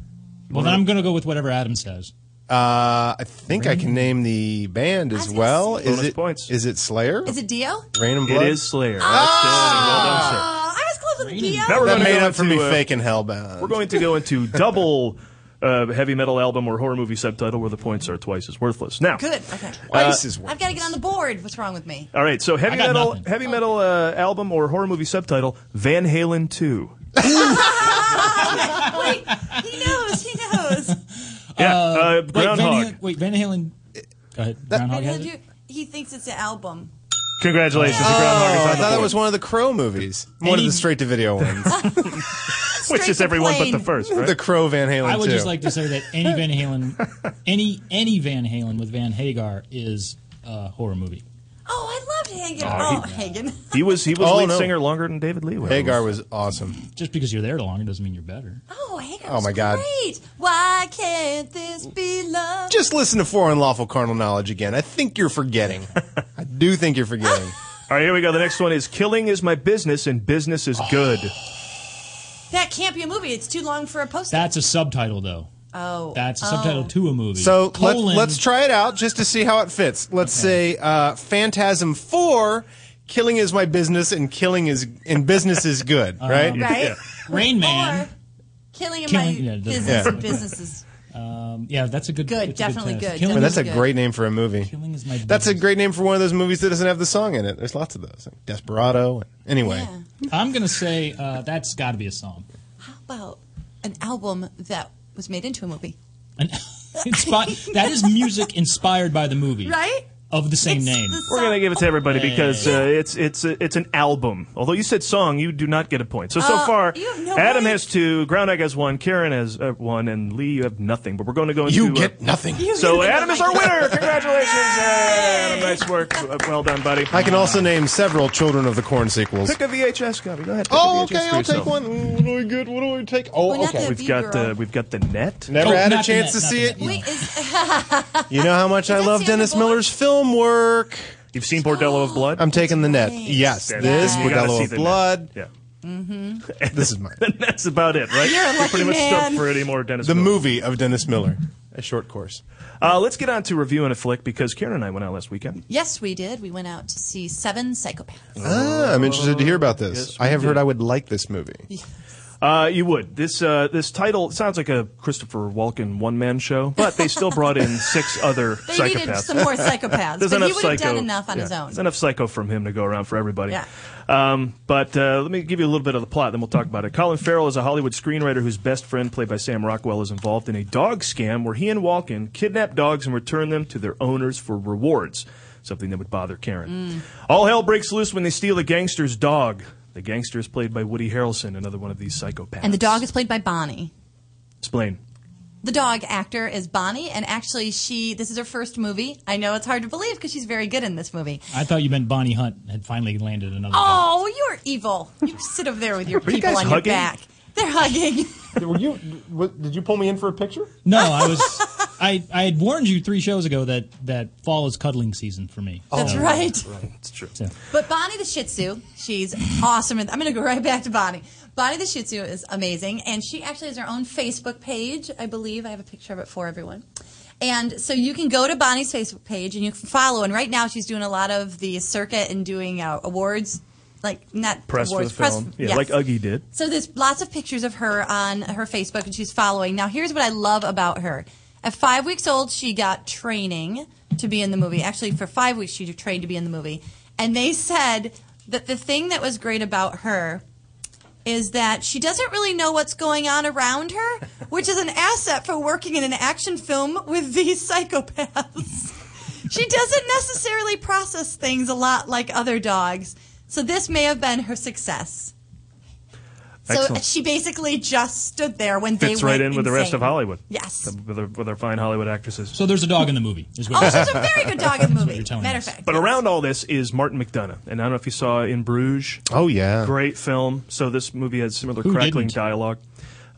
G: Well, then I'm going to go with whatever Adam says.
H: Uh, I think I can name the band
I: was
H: as
I: gonna
H: well.
I: say-
H: Is
F: Bonus
H: it,
F: points.
H: is it Slayer?
I: Is it Dio?
H: Rain and
F: It
H: Blood? Ah!
F: is Slayer. Outstanding. Well done, sir.
I: Uh, I was close with
G: Rain in
I: Dio.
F: Now we're
H: That
F: gonna
H: made
F: go
H: up for
F: into,
H: me
F: uh,
H: faking Hellbound.
F: We're going to go into double uh, heavy metal album or horror movie subtitle where the points are twice as worthless. Now,
I: Good. Okay.
H: Twice is
I: I've got to get on the board. What's wrong with me?
F: all right. So heavy
G: I got
F: metal,
G: nothing.
F: heavy metal uh, album or horror movie subtitle: Van Halen Two.
I: Wait, he knows. He knows.
F: Yeah, uh,
G: Wait, Van
F: Groundhog.
G: Halen, wait, Van Halen. Go ahead. Groundhog
I: And
G: has
I: he'll
G: it?
I: do- he thinks it's an album.
F: Congratulations, the
H: Oh, I
F: Groundhog is on the
H: thought that
F: board,
H: was one of the Crow movies. One of
G: Any-
H: the straight to video ones.
F: which is
I: straight
F: everyone but
I: plane.
F: the first, right?
H: the Crow Van Halen.
G: I would
H: too.
G: just like to say that any Van Halen, any any Van Halen with Van Hagar is a horror movie.
I: Oh, I loved Hagen.
F: Oh,
I: Oh, Hagen.
F: he was he was
H: Oh,
F: lead
H: no.
F: singer longer than David Lee was.
H: Hagar was awesome.
G: Just because you're there longer doesn't mean you're better.
I: Oh, Hagen.
H: Oh,
I: was
H: my God.
I: Great. Why can't this be love?
H: Just listen to Foreign Lawful Carnal Knowledge again. I think you're forgetting. I do think you're forgetting.
F: All right, here we go. The next one is "Killing Is My Business" and "Business Is Good."
I: That can't be a movie. It's too long for a poster.
G: That's a subtitle, though.
I: oh,
G: That's a
I: oh.
G: subtitle to a movie.
H: So let,
G: Colon,
H: let's try it out just to see how it fits. Let's say uh, Phantasm Four, Killing is My Business, and Killing is and Business is Good. Right?
I: Right.
F: Yeah.
G: Um, Uh-huh. Rain Man.
I: Or killing in
G: Killing- yeah,
I: my
G: it doesn't
I: business.
H: matter.
I: Business is
G: Um, yeah, that's a good.
I: Good,
G: it's
I: definitely
G: a good. test.
I: good.
G: Killing,
H: Well, that's a
I: Good.
H: great name for a movie.
G: Killing is my.
H: That's a
G: business.
H: great name for one of those movies that doesn't have the song in it. There's lots of those. Like Desperado. Anyway.
I: yeah.
G: I'm gonna say uh, that's got to be a song.
I: How about an album that was made into a movie?
G: An- inspi- that is music inspired by the movie,
I: Right?
G: Of the same
I: It's
G: name.
I: the
F: We're gonna
I: song-
F: give it to everybody because uh, it's it's a, it's an album. Although you said song, you do not get a point. So so
I: Uh,
F: far,
I: you have no
F: Adam
I: way.
F: has two, Groundhog has one, Karen has uh, one, and Lee you have nothing. But we're going to go into
H: You
F: uh,
H: get nothing.
F: So Adam is our winner. Congratulations, Adam. Nice work. Uh, Well done, buddy.
H: I can also name several Children of the Corn sequels.
F: pick a VHS copy. Go ahead. pick a
H: Oh,
F: VHS
H: okay,
F: for
H: I'll take
F: yourself.
H: one. Mm, What do I get? What do I take? Oh,
I: Well, not
H: okay.
I: that-
F: We've got
I: B-girl.
F: uh, we've got the net.
H: Never
G: Oh,
H: had a
G: not the net,
H: chance to
G: not
H: see
G: the
H: it.
G: net.
I: Wait, is,
H: You know how much I
I: that
H: love
I: Sandra
H: Dennis
I: Bullock?
H: Miller's film work.
F: You've seen Bordello of Blood.
H: I'm taking the net.
I: right.
H: Yes,
F: Yeah,
H: this
F: you gotta
H: Bordello
F: see
H: of
F: the net.
H: Blood.
F: Yeah.
H: This is mine.
F: Mm-hmm. That's about it, right?
I: You're a lucky
F: pretty much stuck
I: man.
F: for any more Dennis.
H: the
F: Miller.
H: movie of Dennis Miller. A short course.
F: Uh, let's get on to reviewing a flick because Karen and I went out last weekend.
I: yes, we did. We went out to see Seven Psychopaths.
H: Ah, I'm interested to hear about this.
F: yes, we
H: I have heard
F: did.
H: I would like this movie.
F: Uh, you would. This uh, this title sounds like a Christopher Walken one man show, but they still brought in six other
I: They needed
F: psychopaths.
I: some more psychopaths,
F: There's
I: but
F: enough
I: he would have
F: psycho.
I: done enough on
F: yeah,
I: his own.
F: There's enough psycho from him to go around for everybody.
I: Yeah.
F: Um, but uh, let me give you a little bit of the plot, then we'll talk about it. Colin Farrell is a Hollywood screenwriter whose best friend, played by Sam Rockwell, is involved in a dog scam where he and Walken kidnap dogs and return them to their owners for rewards. Something that would bother
I: Mm.
F: Karen. All hell breaks loose when they steal a gangster's dog. The gangster is played by Woody Harrelson, another one of these psychopaths.
I: And the dog is played by Bonnie.
F: Explain.
I: The dog actor is Bonnie, and actually, she this is her first movie. I know it's hard to believe because she's very good in this movie.
G: I thought you meant Bonnie Hunt had finally landed another. job.
I: Oh, you're evil! You sit over there with your
F: Were you
I: people
F: guys
I: on your
F: hugging?
I: back. They're hugging.
H: Were you? Did you pull me in for a picture?
G: No, I was. I I had warned you three shows ago that that fall is cuddling season for me.
I: That's right.
F: It's true.
I: But Bonnie the Shih Tzu, she's awesome. I'm going to go right back to Bonnie. Bonnie the Shih Tzu is amazing, and she actually has her own Facebook page, I believe. I have a picture of it for everyone. And so you can go to Bonnie's Facebook page and you can follow. And right now, she's doing a lot of the circuit and doing uh, awards, like not
F: Press for
I: awards,
F: the film. yeah,
I: yes.
F: like Uggy did.
I: So there's lots of pictures of her on her Facebook, and she's following. Now, here's what I love about her. At five weeks old, she got training to be in the movie. Actually, for five weeks, she trained to be in the movie. And they said that the thing that was great about her is that she doesn't really know what's going on around her, which is an asset for working in an action film with these psychopaths. she doesn't necessarily process things a lot like other dogs. So this may have been her success. So uh,
F: Excellent.
I: she basically just stood there when they
F: Fits right
I: went
F: in with the rest
I: insane.
F: of Hollywood.
I: Yes.
F: With our, with our fine Hollywood actresses.
G: So there's a dog in the movie. Is what
I: Oh,
G: you're
I: she's
G: saying.
I: a very good dog in the movie.
G: telling
I: Matter of
G: us.
I: fact.
F: But around all this is Martin McDonough, and I don't know if you saw in Bruges.
H: Oh, yeah.
F: great film. So this movie has similar
G: Who
F: crackling
G: didn't?
F: dialogue.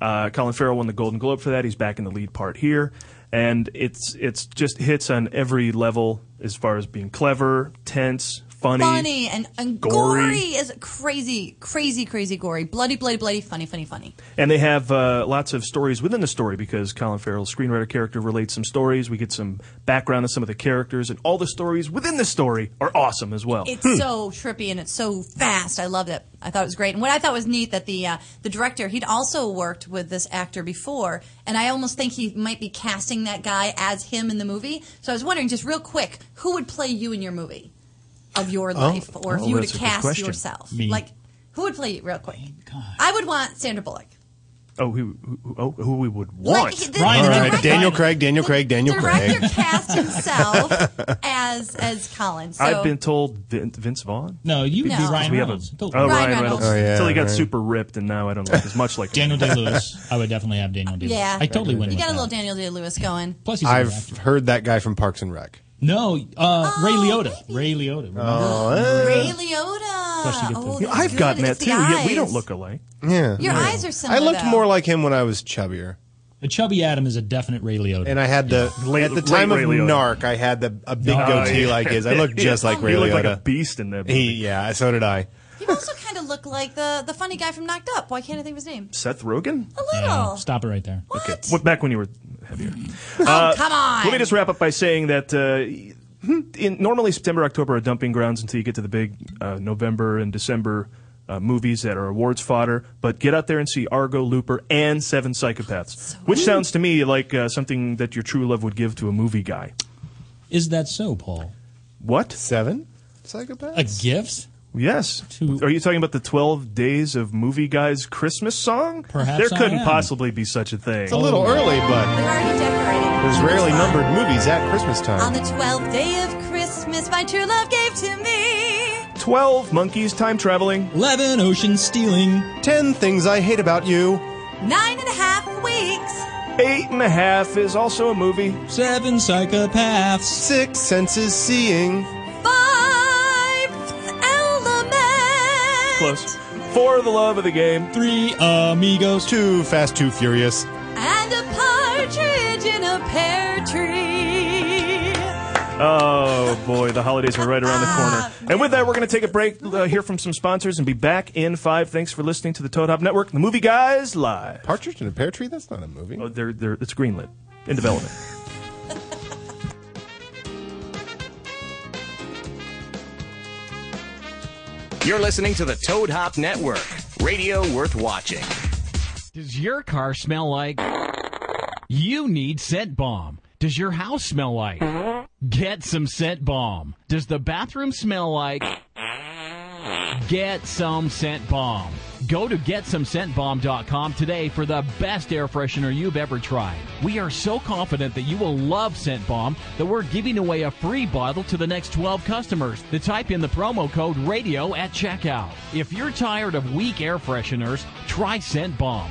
F: Uh, Colin Farrell won the Golden Globe for that. He's back in the lead part here, and it's it's just hits on every level as far as being clever, tense, funny.
I: Funny and, and
F: Gory.
I: gory. is crazy, crazy, crazy gory. Bloody, bloody, bloody, funny, funny, funny.
F: And they have uh, lots of stories within the story because Colin Farrell's screenwriter character relates some stories. We get some background on some of the characters, and all the stories within the story are awesome as well.
I: It's so trippy and it's so fast. I loved it. I thought it was great. And what I thought was neat that the uh, the director he'd also worked with this actor before, and I almost think he might be casting that guy as him in the movie. So I was wondering, just real quick, who would play you in your movie of your life, or if
F: oh,
I: you were
F: that's a
I: to
F: good
I: cast
F: question.
I: yourself,
G: Me.
I: like who would play you? Real quick, I would want Sandra Bullock.
F: oh, who, who, oh, who we would want?
I: Like, the-
G: Ryan,
I: the
G: All right,
I: director-
H: Daniel Craig, Daniel
I: the
H: Craig, Daniel
I: director
H: Craig.
I: cast himself as as Colin. So
F: I've been told Vin- Vince Vaughn.
G: No, you would be
I: No.
G: Ryan
F: We have a,
G: Reynolds.
F: oh,
G: Totally.
F: Ryan,
I: Ryan
F: Reynolds.
I: Reynolds. Oh,
H: yeah,
F: Until he got
H: right.
F: super ripped, and now I don't like as much like him.
G: Daniel Day Lewis. I would definitely have Daniel Day Lewis.
I: Yeah.
G: I totally wouldn't.
I: you got a little Daniel Day Lewis going.
G: Plus, he's a good actor.
H: I've heard that guy from Parks and Rec.
G: No, uh,
I: Oh,
G: Ray Liotta. Ray Liotta. remember?
H: Oh, eh.
I: Ray Liotta.
G: Plus you get the-
I: Oh,
F: You know,
I: that's
F: I've
I: good.
F: gotten that
I: It's the
F: too. Yet we
I: eyes.
F: don't look alike.
H: Yeah.
I: Your
H: Yeah.
I: eyes are similar.
H: I looked
I: though.
H: more like him when I was chubbier.
G: A chubby Adam is a definite Ray Liotta.
H: And I had the
F: Late-
H: at the time of
F: late Ray Liotta.
H: Narc, I had the a big
G: Oh,
H: goatee
F: yeah.
H: like his. I looked just like Ray
F: you look
H: Liotta.
F: like a beast in that. Movie.
H: He- yeah, so did I.
I: You also kind of look like the the funny guy from Knocked Up. Why can't I think of his name?
F: Seth Rogen.
I: A little.
G: No, stop it right there.
I: What?
F: Okay. What back when you were heavier? Uh,
I: oh, come on.
F: Let me just wrap up by saying that uh, in, normally September, October are dumping grounds until you get to the big uh, November and December uh, movies that are awards fodder. But get out there and see Argo, Looper, and Seven Psychopaths, which sounds to me like uh, something that your true love would give to a movie guy.
G: Is that so, Paul?
F: What?
H: Seven psychopath.
G: A gift?
F: Yes.
G: To-
F: Are you talking about the 12 Days of Movie Guy's Christmas song?
G: Perhaps
F: There
G: I
F: couldn't
G: am. Oh,
F: possibly be such a thing.
H: It's a little early, but
I: They're already decorated.
H: there's rarely numbered movies at Christmas
I: On
H: time.
I: the twelfth day of Christmas, my true love gave to me.
F: 12 monkeys time traveling.
G: Levin Ocean stealing.
H: Ten things I hate about you.
I: Nine and a half weeks.
F: Eight and a half is also a movie.
G: Seven psychopaths.
H: Six senses seeing.
I: Five element.
F: Close. For the love of the game.
G: Three amigos.
H: Too fast, too furious.
I: And a partridge in a pear tree.
F: Oh boy, the holidays are right around the corner. And with that, we're going to take a break, uh, hear from some sponsors, and be back in five. Thanks for listening to the Toad Hop Network, the Movie Guys Live.
H: Partridge in a Pear Tree. That's not a movie.
F: Oh, they're, they're, it's greenlit in development.
C: You're listening to the Toad Hop Network, radio worth watching.
M: Does your car smell like? You need scent bomb. Does your house smell like? Get some scent bomb. Does the bathroom smell like? Get some scent bomb. Go to getsomescentbomb.com today for the best air freshener you've ever tried. We are so confident that you will love Scent Bomb that we're giving away a free bottle to the next 12 customers that type in the promo code radio at checkout. If you're tired of weak air fresheners, try Scent Bomb.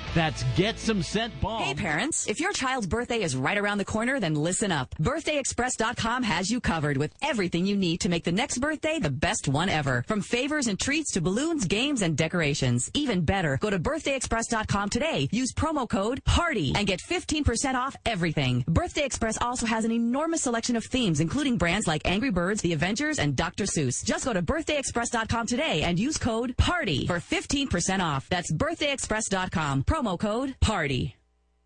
M: That's getsomescentbomb.
B: Hey, parents, if your child's birthday is right around the corner, then listen up. BirthdayExpress.com has you covered with everything you need to make the next birthday the best one ever. From favors and treats to balloons, games, and decorations. Even better, go to BirthdayExpress.com today. Use promo code PARTY and get 15% off everything. Birthday Express also has an enormous selection of themes, including brands like Angry Birds, The Avengers, and Dr. Seuss. Just go to BirthdayExpress.com today and use code PARTY for 15% off. That's BirthdayExpress.com. Promo code PARTY.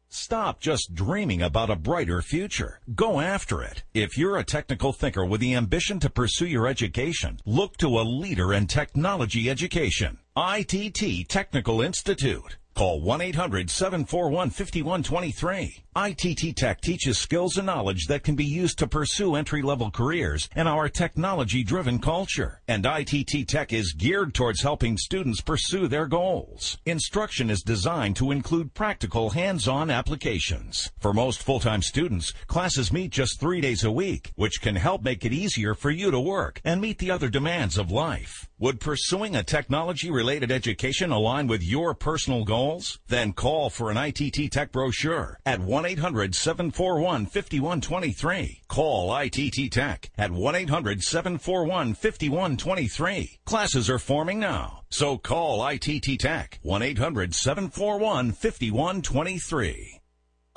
N: Stop just dreaming about a brighter future. Go after it. If you're a technical thinker with the ambition to pursue your education, look to a leader in technology education. ITT Technical Institute. Call 1 800 741 5123. ITT Tech teaches skills and knowledge that can be used to pursue entry level careers in our technology driven culture. And ITT Tech is geared towards helping students pursue their goals. Instruction is designed to include practical hands on applications. For most full time students, classes meet just three days a week, which can help make it easier for you to work and meet the other demands of life. Would pursuing a technology related education align with your personal goals? Then call for an ITT Tech brochure at 1 800 741 5123. Call ITT Tech at 1 800 741 5123. Classes are forming now, so call ITT Tech 1 800 741 5123.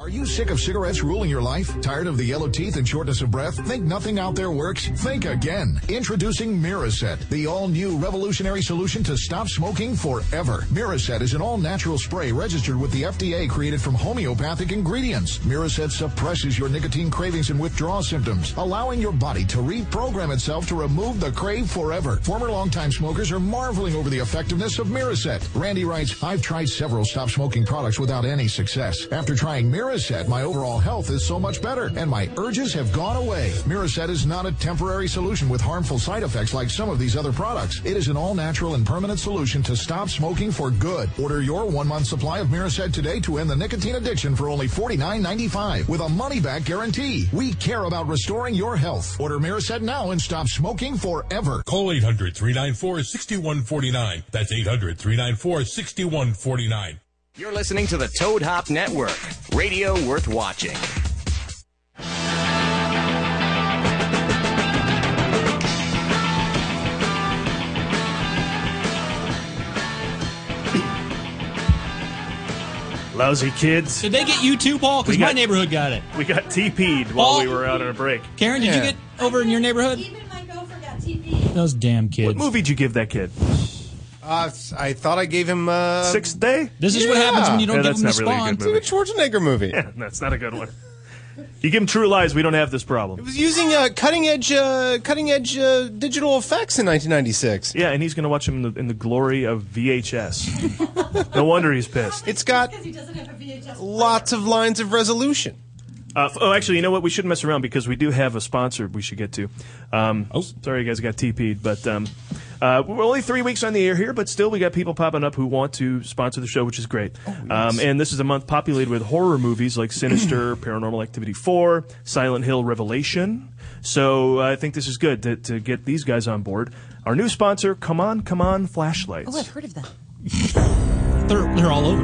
O: Are you sick of cigarettes ruling your life? Tired of the yellow teeth and shortness of breath? Think nothing out there works? Think again. Introducing Miraset, the all-new revolutionary solution to stop smoking forever. Miraset is an all-natural spray registered with the FDA created from homeopathic ingredients. Miraset suppresses your nicotine cravings and withdrawal symptoms, allowing your body to reprogram itself to remove the crave forever. Former longtime smokers are marveling over the effectiveness of Miraset. Randy writes, I've tried several stop smoking products without any success. After trying Miraset, Miraset, my overall health is so much better and my urges have gone away. Miraset is not a temporary solution with harmful side effects like some of these other products. It is an all natural and permanent solution to stop smoking for good. Order your one month supply of Miraset today to end the nicotine addiction for only $49.95 with a money back guarantee. We care about restoring your health. Order Miraset now and stop smoking forever.
P: Call 800 394 6149. That's 800 394 6149.
C: You're listening to the Toad Hop Network, radio worth watching.
F: Lousy kids.
G: Did they get you too, Paul? Because
F: We
G: my
F: got-
G: neighborhood got it.
F: We got TP'd while we were out on a break.
G: Karen, did you get over in your neighborhood? Those damn kids.
F: What movie did you give that kid?
H: Uh, I thought I gave him uh,
F: Sixth Day.
G: This is what happens when you don't
F: Yeah,
G: give
F: that's
G: them the
F: not really a
G: spawn.
F: good movie.
H: It's a Schwarzenegger movie.
F: Yeah, that's not a good one. You give him True Lies, we don't have this problem.
H: was using uh, cutting edge uh, cutting edge uh, digital effects in 1996.
F: Yeah, and he's going to watch him in the, in the glory of VHS. no wonder he's pissed.
H: It's got lots of lines of resolution.
F: Uh, f- oh, actually, you know what? We shouldn't mess around because we do have a sponsor we should get to. Um, oh, sorry, you guys got TP'd, but um, uh, we're only three weeks on the air here, but still, we got people popping up who want to sponsor the show, which is great.
G: Oh,
F: um, and this is a month populated with horror movies like Sinister, Paranormal Activity 4, Silent Hill Revelation. So uh, I think this is good to, to get these guys on board. Our new sponsor, Come On, Come On Flashlights.
I: Oh, I've heard of that.
G: They're, they're all over.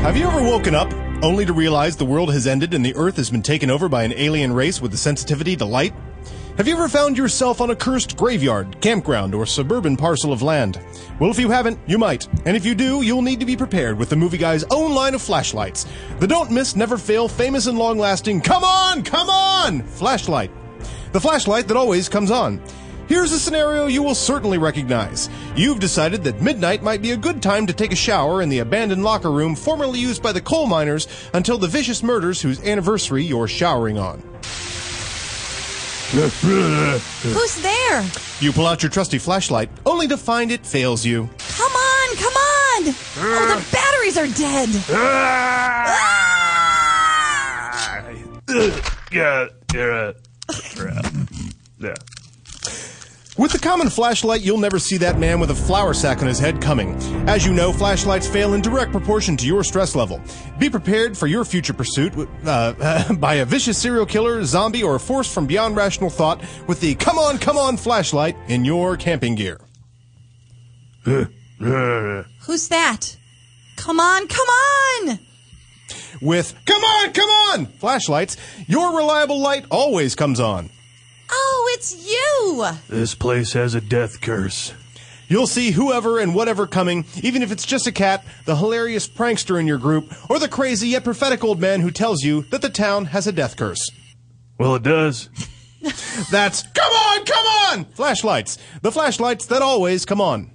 H: Have you ever woken up only to realize the world has ended and the earth has been taken over by an alien race with a sensitivity to light? Have you ever found yourself on a cursed graveyard, campground, or suburban parcel of land? Well, if you haven't, you might. And if you do, you'll need to be prepared with the movie guy's own line of flashlights. The don't miss, never fail, famous and long lasting, come on, come on! Flashlight. The flashlight that always comes on. Here's a scenario you will certainly recognize. You've decided that midnight might be a good time to take a shower in the abandoned locker room formerly used by the coal miners until the vicious murders whose anniversary you're showering on.
I: Who's there?
H: You pull out your trusty flashlight, only to find it fails you.
I: Come on, come on! Oh, the batteries are dead.
F: yeah, yeah, yeah. yeah.
H: With the common flashlight, you'll never see that man with a flour sack on his head coming. As you know, flashlights fail in direct proportion to your stress level. Be prepared for your future pursuit uh, by a vicious serial killer, zombie, or force from beyond rational thought with the come on, come on flashlight in your camping gear.
I: Who's that? Come on, come on!
H: With come on, come on flashlights, your reliable light always comes on.
I: Oh, it's you!
F: This place has a death curse.
H: You'll see whoever and whatever coming, even if it's just a cat, the hilarious prankster in your group, or the crazy yet prophetic old man who tells you that the town has a death curse.
F: Well, it does.
H: That's come on, come on! Flashlights. The flashlights that always come on.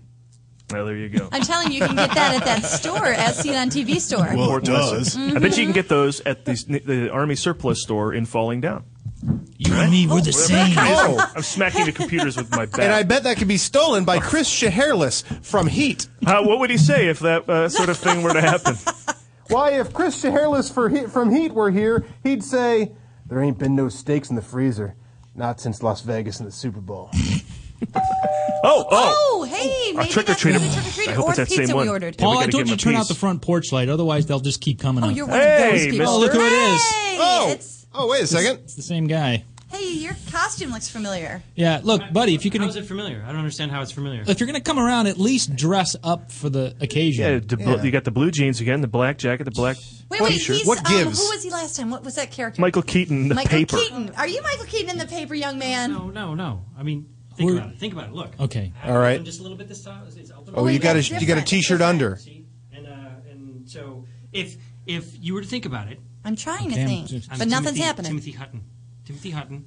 F: Well, there you go.
I: I'm telling you, you can get that at that store, as seen on TV store.
H: Well,
F: Or
H: it
F: does
H: was.
F: I bet you can get those at the, the Army surplus store in Falling Down.
G: You and me, we're the same.
F: Oh. I'm smacking the computers with my bat.
H: And I bet that could be stolen by Chris Shahairless from Heat.
F: Uh, what would he say if that uh, sort of thing were to happen?
J: Why, if Chris Shahairless for he- from Heat were here, he'd say, There ain't been no steaks in the freezer. Not since Las Vegas and the Super Bowl.
F: Oh,
I: oh, hey, maybe
F: trick or
I: that's the
F: treater.
I: trick or treater
F: I hope
I: or
F: it's that
I: pizza
F: same
I: we
F: one.
I: ordered.
F: Yeah, we
G: Paul, I
F: gotta
G: told
F: give
G: you
F: him a
G: turn out
F: piece.
G: the front porch light, otherwise they'll just keep coming
I: Oh,
G: up.
I: you're one of those
F: Hey,
I: people.
G: oh, look who it is.
I: Hey, it's,
H: Oh, wait a second.
G: It's the same guy.
I: hey, your costume looks familiar.
G: Yeah, look, buddy, if you
K: How
G: can,
K: is it familiar? I don't understand how it's familiar.
G: if you're gonna come around, at least dress up for the occasion.
F: Yeah, the bl- you got the blue jeans again, the black jacket, the black
I: Wait, wait,
F: t-shirt.
I: he's,
H: What
I: um,
H: gives?
I: who was he last time? What was that character?
F: Michael Keaton, the
I: Michael
F: paper.
I: Keaton. Are you Michael Keaton in the paper, young man?
K: No, no, no. I mean, think
G: We're-
K: about it. Think about it. Look.
G: Okay.
K: I have
H: All right.
K: open Just a little bit this time. It's- it's open.
H: Oh, you
I: wait,
H: got a
I: that's
H: you got a
I: different.
H: T-shirt under.
K: See? And, uh, and so, if if you were to think about it,
I: I'm trying to
G: Damn,
I: think,
G: just-
K: I'm
I: but nothing's
K: Timothy-
I: happening.
K: Timothy Hutton. Timothy Hutton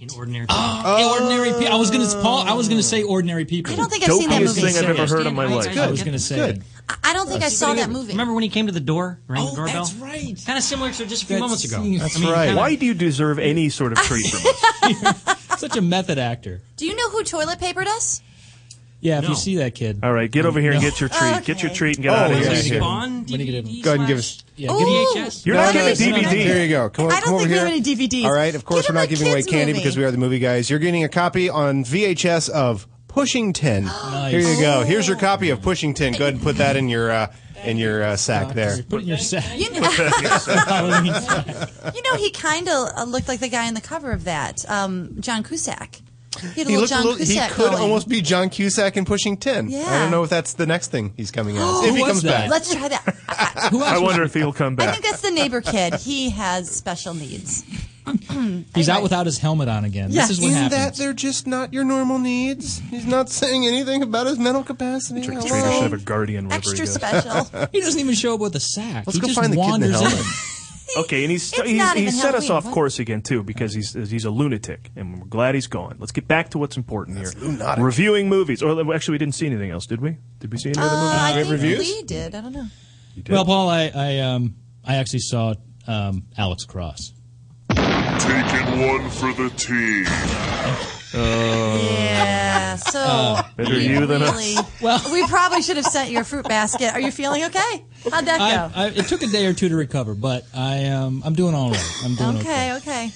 K: in Ordinary
G: Oh, ordinary people. I was gonna Paul. I was gonna say ordinary people.
I: I don't think I've seen that
F: Dopiest
I: movie.
F: thing I've ever heard in my
K: I-
F: life.
K: I-
G: I was gonna say.
H: Good.
I: I- I don't think I saw that movie.
K: Remember when he came to the door, rang
G: Oh,
K: the doorbell?
G: that's right.
K: Kind of similar to just a few
G: That
K: moments ago.
G: seems-
H: That's right.
F: Why do you deserve any sort of treat from us?
G: Such a method actor.
I: Do you know who toilet papered us?
G: Yeah, if
K: No.
G: you see that kid.
F: All right, get over here and
G: No.
F: get your treat. Get your
I: Okay.
F: treat and get
H: Oh,
F: out of
H: yeah,
F: here.
H: yeah.
K: Spawn
G: Let me get him.
K: DVD
H: Go ahead and give
K: slash
H: us-
G: Yeah, give me
I: Ooh.
K: VHS.
F: You're
H: No,
F: not
H: no,
F: getting a
H: no, no,
F: DVD.
H: There you go. Come on,
I: I
H: come
I: don't
H: over
I: think we
H: here.
I: have any DVDs.
H: All right. Of course,
I: Give
H: we're
I: him
H: not
I: a
H: giving away
I: kids'
H: candy
I: movie.
H: because we are the movie guys. You're getting a copy on VHS of Pushing Ten. Here you
I: Oh.
H: go. Here's your copy of Pushing Ten. Go ahead and put that in your uh, in your uh, sack there.
G: Put it in your sack.
I: You know,
G: Halloween sack.
I: you know, he kind of uh, looked like the guy in the cover of that, um, John Cusack. He had a
H: He
I: little
H: looked a
I: John
H: little, he
I: Cusack
H: could
I: going.
H: almost be John Cusack in Pushing Ten.
I: Yeah.
H: I don't know if that's the next thing he's coming out. if he
G: Who was
H: comes
G: that?
H: back.
I: Let's try that. I,
G: Who else
F: I
G: was-
F: wonder if he'll come
I: I
F: back.
I: think that's the neighbor kid. He has special needs.
G: He's out without his helmet on again.
I: Yeah.
G: This is what
H: In
G: happens.
H: that they're just not your normal needs. He's not saying anything about his mental capacity.
F: Trick or
H: Hello.
F: treater should have a guardian wherever he
I: Extra
F: goes.
I: special.
G: He doesn't even show up with a sack.
H: Let's
G: he
H: go
G: just
H: find the kid in the
G: wanders
H: helmet.
F: Okay, and he's
I: It's
F: he's,
I: not
F: he's
I: even
F: set us
I: Halloween,
F: off
I: what?
F: course again too because he's he's a lunatic, and we're glad he's gone. Let's get back to what's important here. Reviewing movies, or actually, we didn't see anything else, did we? Did we see any other
I: Uh,
F: movies?
I: I think
H: reviews?
I: we did. I don't know.
F: You did.
G: in. Well, Paul, I I, um, I actually saw um, Alex Cross.
Q: Taking one for the team.
I: Yeah. So
F: Better
I: we
F: you than
I: really,
G: Well-
I: we probably should have sent you a fruit basket. Are you feeling okay? How'd that
G: I,
I: go?
G: I, it took a day or two to recover, but I um, I'm doing all right. I'm doing
I: okay, okay.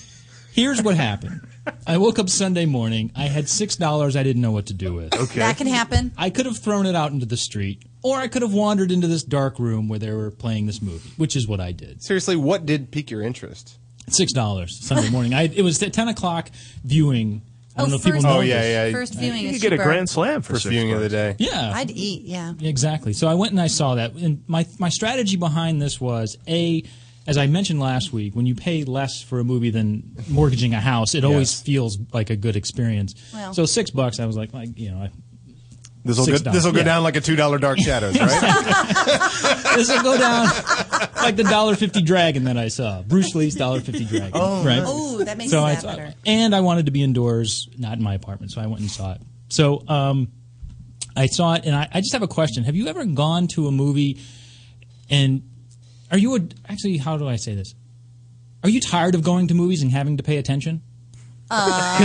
G: Here's what happened. I woke up Sunday morning. I had six dollars. I didn't know what to do with.
F: okay.
I: That can happen.
G: I could have thrown it out into the street, or I could have wandered into this dark room where they were playing this movie, which is what I did.
H: Seriously, what did pique your interest?
G: Six dollars Sunday morning. I, it was the ten o'clock viewing. I don't know if people
I: first,
G: know.
H: Oh, yeah,
G: this.
H: yeah.
I: First viewing
F: you
I: is
F: could get a
I: cheaper.
F: grand slam for
H: First
F: six
H: viewing of
F: bucks.
H: the day.
G: yeah.
I: I'd eat, yeah.
G: Exactly. So I went and I saw that, and my my strategy behind this was a, as I mentioned last week, when you pay less for a movie than mortgaging a house, it always feels like a good experience.
I: Well.
G: So six bucks, I was like, like you know,
H: This will go,
G: $6.
H: this'll go
G: Yeah.
H: down like a two dollar Dark Shadows, right?
G: this will go down like the dollar fifty dragon that I saw, Bruce Lee's dollar fifty dragon. Oh, right.
I: Oh, that makes
G: so I
I: it that
G: saw,
I: better.
G: and I wanted to be indoors, not in my apartment, so I went and saw it. So um, I saw it, and I, I just have a question: Have you ever gone to a movie, and are you a, actually? How do I say this? Are you tired of going to movies and having to pay attention?
I: Uh,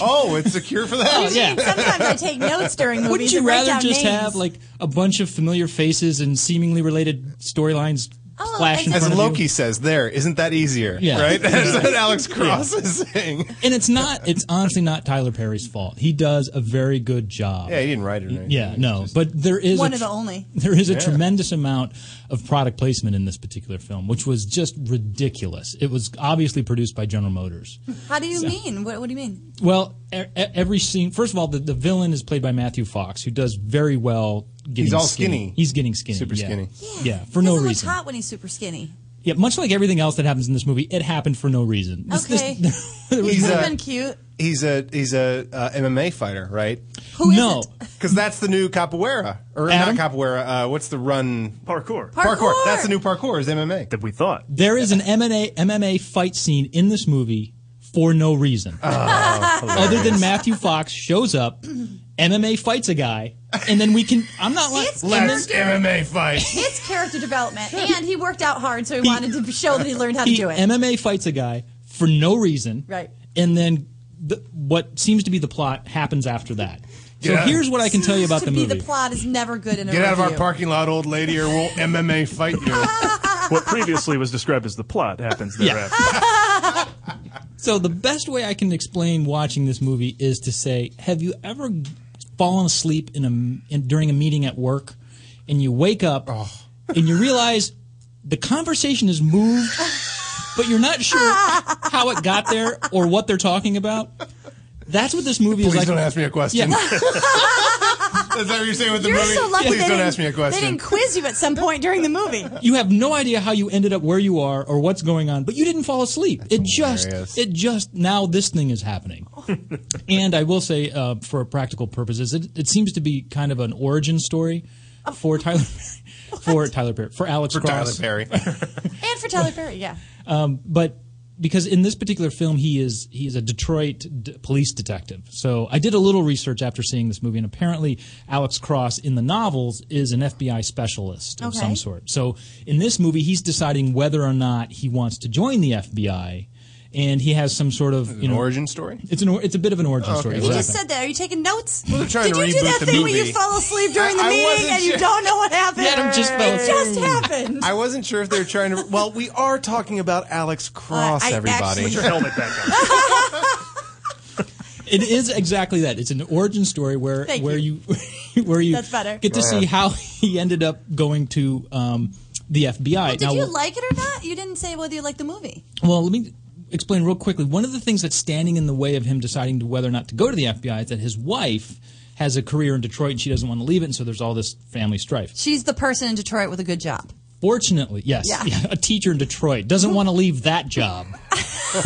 H: oh, it's a cure for that.
G: yeah.
I: Sometimes I take notes during movies.
G: Wouldn't you
I: and write
G: rather
I: down
G: just
I: names.
G: have like a bunch of familiar faces and seemingly related storylines
I: Oh,
G: flash in
I: exactly.
G: front
H: As
G: of you?
H: Loki says, there isn't that easier,
G: Yeah.
H: right? That's what Alex Cross is saying.
G: and it's not it's honestly not Tyler Perry's fault. He does a very good job.
H: Yeah, he didn't write it. Or anything.
G: Yeah, no, but there is
I: One
G: a
I: of the only.
G: There is a tremendous amount of product placement in this particular film, which was just ridiculous. It was obviously produced by General Motors.
I: How do you mean? What, what do you mean?
G: Well, e- e- every scene. First of all, the, the villain is played by Matthew Fox, who does very well. Getting
H: all skinny.
G: He's getting skinny.
H: Super
G: yeah.
H: skinny.
G: Yeah, for
I: he
G: no
I: doesn't look
G: reason.
I: hot when he's super skinny.
G: Yeah, much like everything else that happens in this movie, it happened for no reason. This- this-
I: Okay.
G: there was
H: He's
I: He's
H: a-
I: been cute.
H: He's a he's a uh, MMA fighter, right?
I: Who
G: no.
I: isn't?
H: Because that's the new capoeira, or
G: Adam?
H: not capoeira. Uh, what's the run?
F: Parkour.
I: Parkour.
H: That's the new parkour. Is MMA.
F: that we thought.
G: There is an MMA, MMA fight scene in this movie for no reason.
J: Oh,
G: Other than Matthew Fox shows up, MMA fights a guy, and then we can. I'm not like.
I: It's
G: and then-
H: Let's MMA fight.
I: It's character development, and he worked out hard, so he, wanted to show that he learned how to
G: he
I: do it.
G: MMA fights a guy, for no reason.
I: Right.
G: And then the, what seems to be the plot happens after that. So
J: Yeah.
G: here's what I can tell you about
I: to
G: the
I: be
G: movie.
I: the plot is never good in a
J: Get out of our
I: review.
J: parking lot, old lady, or we'll MMA fight you.
F: what previously was described as the plot happens
G: Yeah.
F: thereafter.
G: So the best way I can explain watching this movie is to say, have you ever fallen asleep in a in, during a meeting at work, and you wake up
J: Oh.
G: and you realize the conversation has moved, but you're not sure how it got there or what they're talking about? That's what this movie
J: Please
G: is like.
J: don't ask me a question.
G: Yeah.
J: Is that what you're saying with the
I: You're
J: movie?
I: so lucky.
J: Please
I: they
J: don't
I: didn't-
J: ask me a
I: They
J: question.
I: didn't quiz you at some point during the movie.
G: you have no idea how you ended up where you are or what's going on, but you didn't fall asleep. it just,
J: hilarious.
G: it just now this thing is happening. and I will say, uh, for practical purposes, it, it seems to be kind of an origin story
I: Oh.
G: for Tyler, for Tyler Perry, for Alex
J: For Tyler
G: Cross.
J: Perry.
I: And for Tyler Perry, yeah.
G: Um, but because in this particular film, he is he is a Detroit d- police detective. So I did a little research after seeing this movie, and apparently Alex Cross in the novels is an FBI specialist of
R: Okay.
G: some sort. So in this movie, he's deciding whether or not he wants to join the FBI, and he has some sort of you
J: an
G: know,
J: origin story. Oh,
G: It's an or- it's a bit of an origin story.
I: You just
G: exactly.
I: said that. Are you taking notes?
J: Well, they're trying
I: Did
J: to
I: you do
J: reboot
I: that
J: the
I: thing where
J: movie.
I: you fall asleep during the
J: I- I
I: meeting
J: wasn't
I: and you
J: sure.
I: don't know what happened?
G: Madam just fell
I: It just
G: asleep.
I: happened.
J: I wasn't sure if they were trying to. Well, we are talking about Alex Cross,
I: I
J: everybody.
I: actually- Put your helmet
F: back
J: on.
G: It is exactly that. It's an origin story where
I: Thank
G: where you, where you
I: That's better.
G: get to
I: Go
G: see
I: ahead.
G: how he ended up going to um, the FBI.
I: Did you like it or not? You didn't say whether you liked the movie.
G: Well, let me explain real quickly. One of the things that's standing in the way of him deciding to whether or not to go to the FBI is that his wife has a career in Detroit and she doesn't want to leave it, and so there's all this family strife.
I: She's the person in Detroit with a good job.
G: Fortunately, yes,
I: Yeah.
G: a teacher in Detroit doesn't want to leave that job.
I: Okay.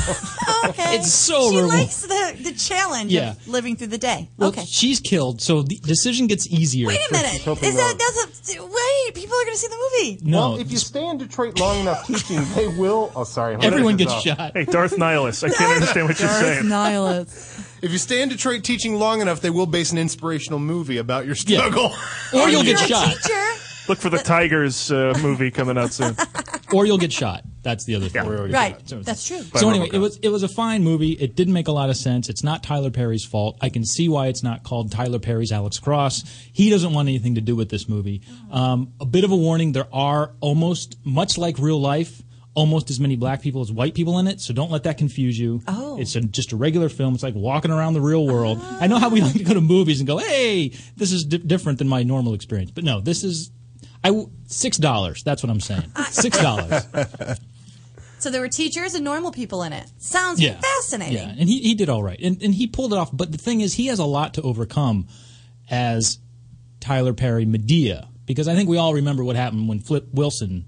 G: It's so
I: She
G: rewar-
I: likes the, the challenge
G: Yeah.
I: of living through the day.
G: Well,
I: okay.
G: she's killed, so the decision gets easier.
I: Wait a
G: for-
I: minute. Is that that's a wait? People are going to see the movie.
G: No.
J: Well, if you stay in Detroit long enough teaching, they will. Oh, sorry. I'm
G: Everyone
J: gonna
G: gets
J: turn this off.
G: shot.
F: Hey, Darth Nihilus, I can't understand what you're saying.
J: If you stay in Detroit teaching long enough, they will base an inspirational movie about your struggle.
G: Or you'll get shot.
F: Look for the Tigers uh, movie coming out soon.
G: Or you'll get shot. That's the other thing.
I: Right. That's true.
G: So anyway, it was it was a fine movie. It didn't make a lot of sense. It's not Tyler Perry's fault. I can see why it's not called Tyler Perry's Alex Cross. He doesn't want anything to do with this movie. Um, a bit of a warning: there are almost much like real life. Almost as many black people as white people in it, so don't let that confuse you. Oh. It's a, just a regular film. It's like walking around the real world. I know how we like to go to movies and go, "Hey, this is di- different than my normal experience," but no, this is, I w- six dollars. That's what I'm saying. Six dollars.
I: So there were teachers and normal people in it. Sounds fascinating.
G: Yeah, and he, he did all right. And, and he pulled it off. But the thing is, he has a lot to overcome as Tyler Perry Medea. Because I think we all remember what happened when Flip Wilson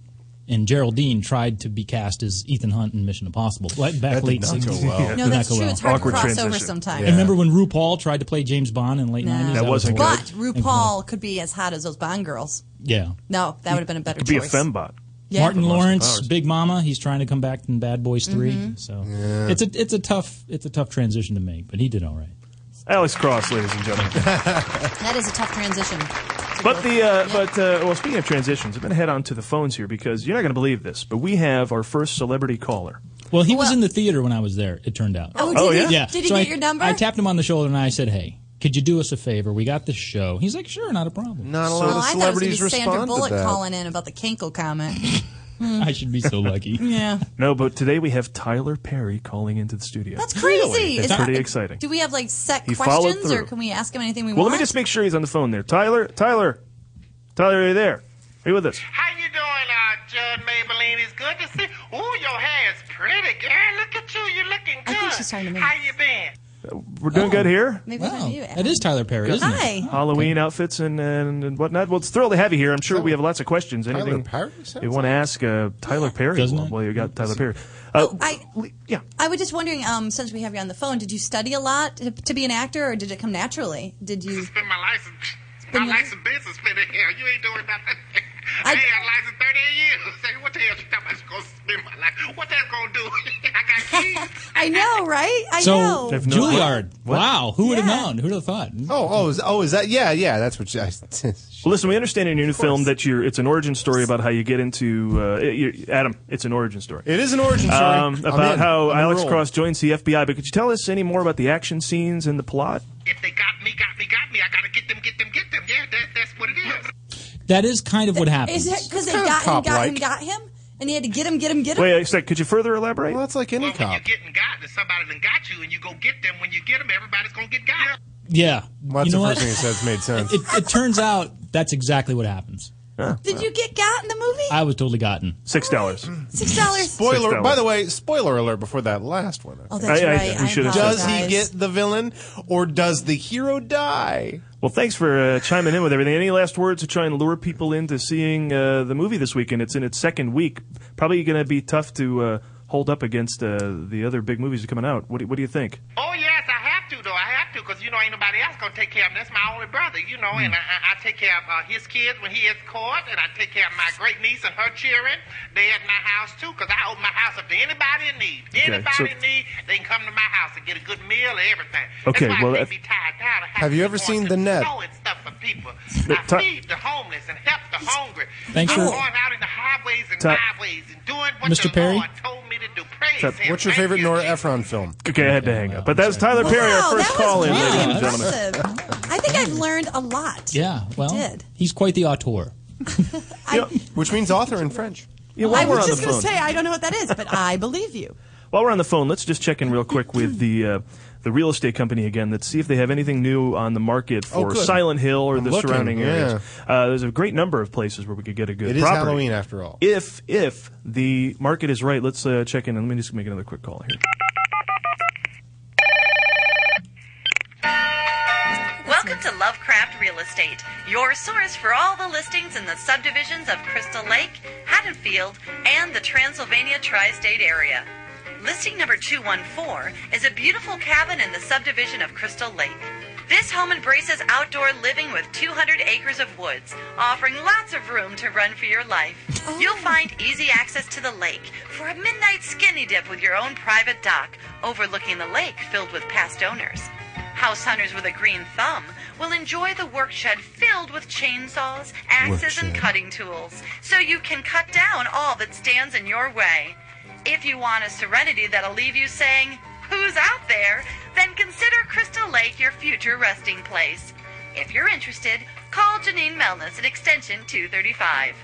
G: and Geraldine tried to be cast as Ethan Hunt in Mission Impossible. Like back
J: That did
G: late
J: not
G: 60s.
J: go well. No,
G: Did
I: No,
G: not
I: that's
G: go
I: true.
G: well.
I: It's hard to cross over sometimes.
G: I remember when RuPaul tried to play James Bond in late
I: Nah.
G: 90s?
F: That wasn't
G: was-
I: But RuPaul could be as hot as those Bond girls.
G: Mm-hmm. Yeah.
I: No, that would have been a better
F: Could be a
I: choice.
F: fembot.
I: Yeah.
G: Martin
I: Austin
G: Lawrence,
I: Powers.
G: Big Mama, he's trying to come back in Bad Boys 3.
I: Mm-hmm.
G: So it's a it's a tough it's a tough transition to make, but he did all right.
F: Alex Cross, ladies and gentlemen.
I: That is a tough transition. to
F: But
I: go
F: the uh, but uh, well, speaking of transitions, I'm going to head on to the phones here because you're not going to believe this, but we have our first celebrity caller.
G: Well, he was in the theater when I was there. It turned out.
I: Oh, did Oh, he? yeah?
G: yeah.
I: Did he
G: So
I: get
G: I,
I: your number?
G: I tapped him on the shoulder and I said, "Hey, could you do us a favor? We got this show." He's like, "Sure, not a problem."
J: Not
I: well, I thought it was gonna be Sandra Bullock calling in about the Kinkle comment. Hmm.
G: I should be so lucky.
I: yeah,
F: No, but today we have Tyler Perry calling into the studio.
I: that's crazy.
F: It's
I: Is-
F: pretty exciting.
I: Do we have like set
F: He followed
I: questions, or
F: through.
I: can we ask him anything we
F: Well, let
I: want?
F: me just make sure he's on the phone there. Tyler, Tyler, Tyler, are you there? Are you with us?
S: How you doing, uh, Judd Maybelline? It's good to see. Ooh, your hair is pretty, girl. Look at you. You're looking good. I think she's starting to move. How you been?
F: Uh, We're doing good here.
I: Oh. Maybe
G: wow. Oh, That is Tyler Perry, isn't it?
I: Hi.
F: Halloween outfits and, and and whatnot. Well, it's thrilled to have you here. I'm sure we have lots of questions.
J: Tyler
F: Anything
J: Perry
F: you want to ask uh, Tyler Perry? well, well, you got Tyler Perry.
I: Oh,
F: Uh,
I: I
F: yeah.
I: I was just wondering, um, since we have you on the phone, did you study a lot to, to be an actor, or did it come naturally? Did you?
S: Been my license. My license business been in here. You ain't doing nothing. I,
I: I-
S: ain't had a license 38 years. Say, what the hell you talking about? It's gonna spend my life. What that's gonna do? I got keys. I,
I: I know, right? I
G: so
I: know.
G: Juilliard. Wow, who would have known? Who would have thought?
H: Oh, oh, is, oh, is that? Yeah, yeah. That's what. You, I,
F: Well, listen, we understand in your new film that you're, it's an origin story about how you get into. Uh, you- Adam, it's an origin story.
H: It is an origin story.
F: Um,
H: I'm
F: about
H: in.
F: how
H: I'm
F: Alex
H: enrolled.
F: Cross joins the FBI, but could you tell us any more about the action scenes and the plot?
G: That is kind of what happened.
I: Is it because they
H: Kind of
I: got him, got him,
H: cop-like.
I: got him, and he had to get him, get him, get him?
F: Wait a sec. Could you further elaborate?
H: Well, that's like any cop.
G: yeah.
H: Well,
G: you
H: that's
G: know
H: the
G: what?
H: first thing he says made sense.
G: It, it turns out that's exactly what happens.
I: Did you get got in the movie?
G: I was totally gotten.
F: Six dollars.
I: Six dollars.
H: Spoiler. By the way, spoiler alert before that last one.
I: Oh, that's
F: I- I-
I: right.
F: we
I: I
F: should have said
H: does he
I: apologize.
H: get the villain or does the hero die?
F: Well, thanks for uh, chiming in with everything. Any last words to try and lure people into seeing uh, the movie this weekend? It's in its second week. Probably going to be tough to uh, hold up against uh, the other big movies that are coming out. What do, what do you think?
S: Oh yes, I have to though. I have to because you know ain't nobody else gonna take care of him. That's my only brother, you know.
G: Hmm.
S: And I, I, I take care of uh, his kids when he is caught, and I take care of my great niece and her children. They at my house too because I open my house up to anybody in need.
F: Okay,
S: Anybody
F: so-
S: in need, they can come to my house and get a good meal and everything.
F: Okay,
S: That's why
F: well, uh, if-
S: they be tired out of
H: Have you ever seen The Net?
S: stuff for people.
F: But
S: I
F: ti-
S: feed the homeless and help the hungry.
G: Thanks
S: I'm
G: for-
S: going out in the highways and
F: Ti-
S: byways and doing what
G: Mr.
S: the
G: Perry?
S: Lord told me to do. Praise
F: Ti-
S: Him.
H: What's your
S: Thank
H: favorite
S: you,
H: Nora
S: Jesus.
H: Ephron film?
F: Okay, I had to hang up. But that was Tyler
I: Wow,
F: Perry, our first
I: that
F: call
I: was
F: in,
I: really
F: ladies and gentlemen.
I: impressive. I think I've learned a lot.
G: Yeah. Well,
I: did.
G: he's quite the auteur.
H: Which means author in French.
F: Yeah, while
I: I
F: we're
I: was
F: on the
I: just going to
F: phone,
I: say I don't know what that is, but I believe you.
F: while we're on the phone, let's just check in real quick with the uh, the real estate company again. Let's see if they have anything new on the market
H: Oh,
F: for
H: good.
F: Silent Hill or
H: I'm
F: the
H: looking,
F: surrounding areas.
H: yeah.
F: Uh, there's a great number of places where we could get a good
H: It is
F: property.
H: Halloween after all.
F: If if the market is right, let's uh, check in and let me just make another quick call here.
L: Welcome to Lovecraft Real Estate, your source for all the listings in the subdivisions of Crystal Lake, Haddonfield, and the Transylvania tri state area. Listing number 214 is a beautiful cabin in the subdivision of Crystal Lake. This home embraces outdoor living with 200 acres of woods, offering lots of room to run for your life. You'll find easy access to the lake for a midnight skinny dip with your own private dock overlooking the lake filled with past owners. House hunters with a green thumb will enjoy the work shed filled with chainsaws, axes, and
H: Workshed.
L: cutting tools, so you can cut down all that stands in your way. If you want a serenity that'll leave you saying, Who's out there? then consider Crystal Lake your future resting place. If you're interested, call Janine Melness at extension 235.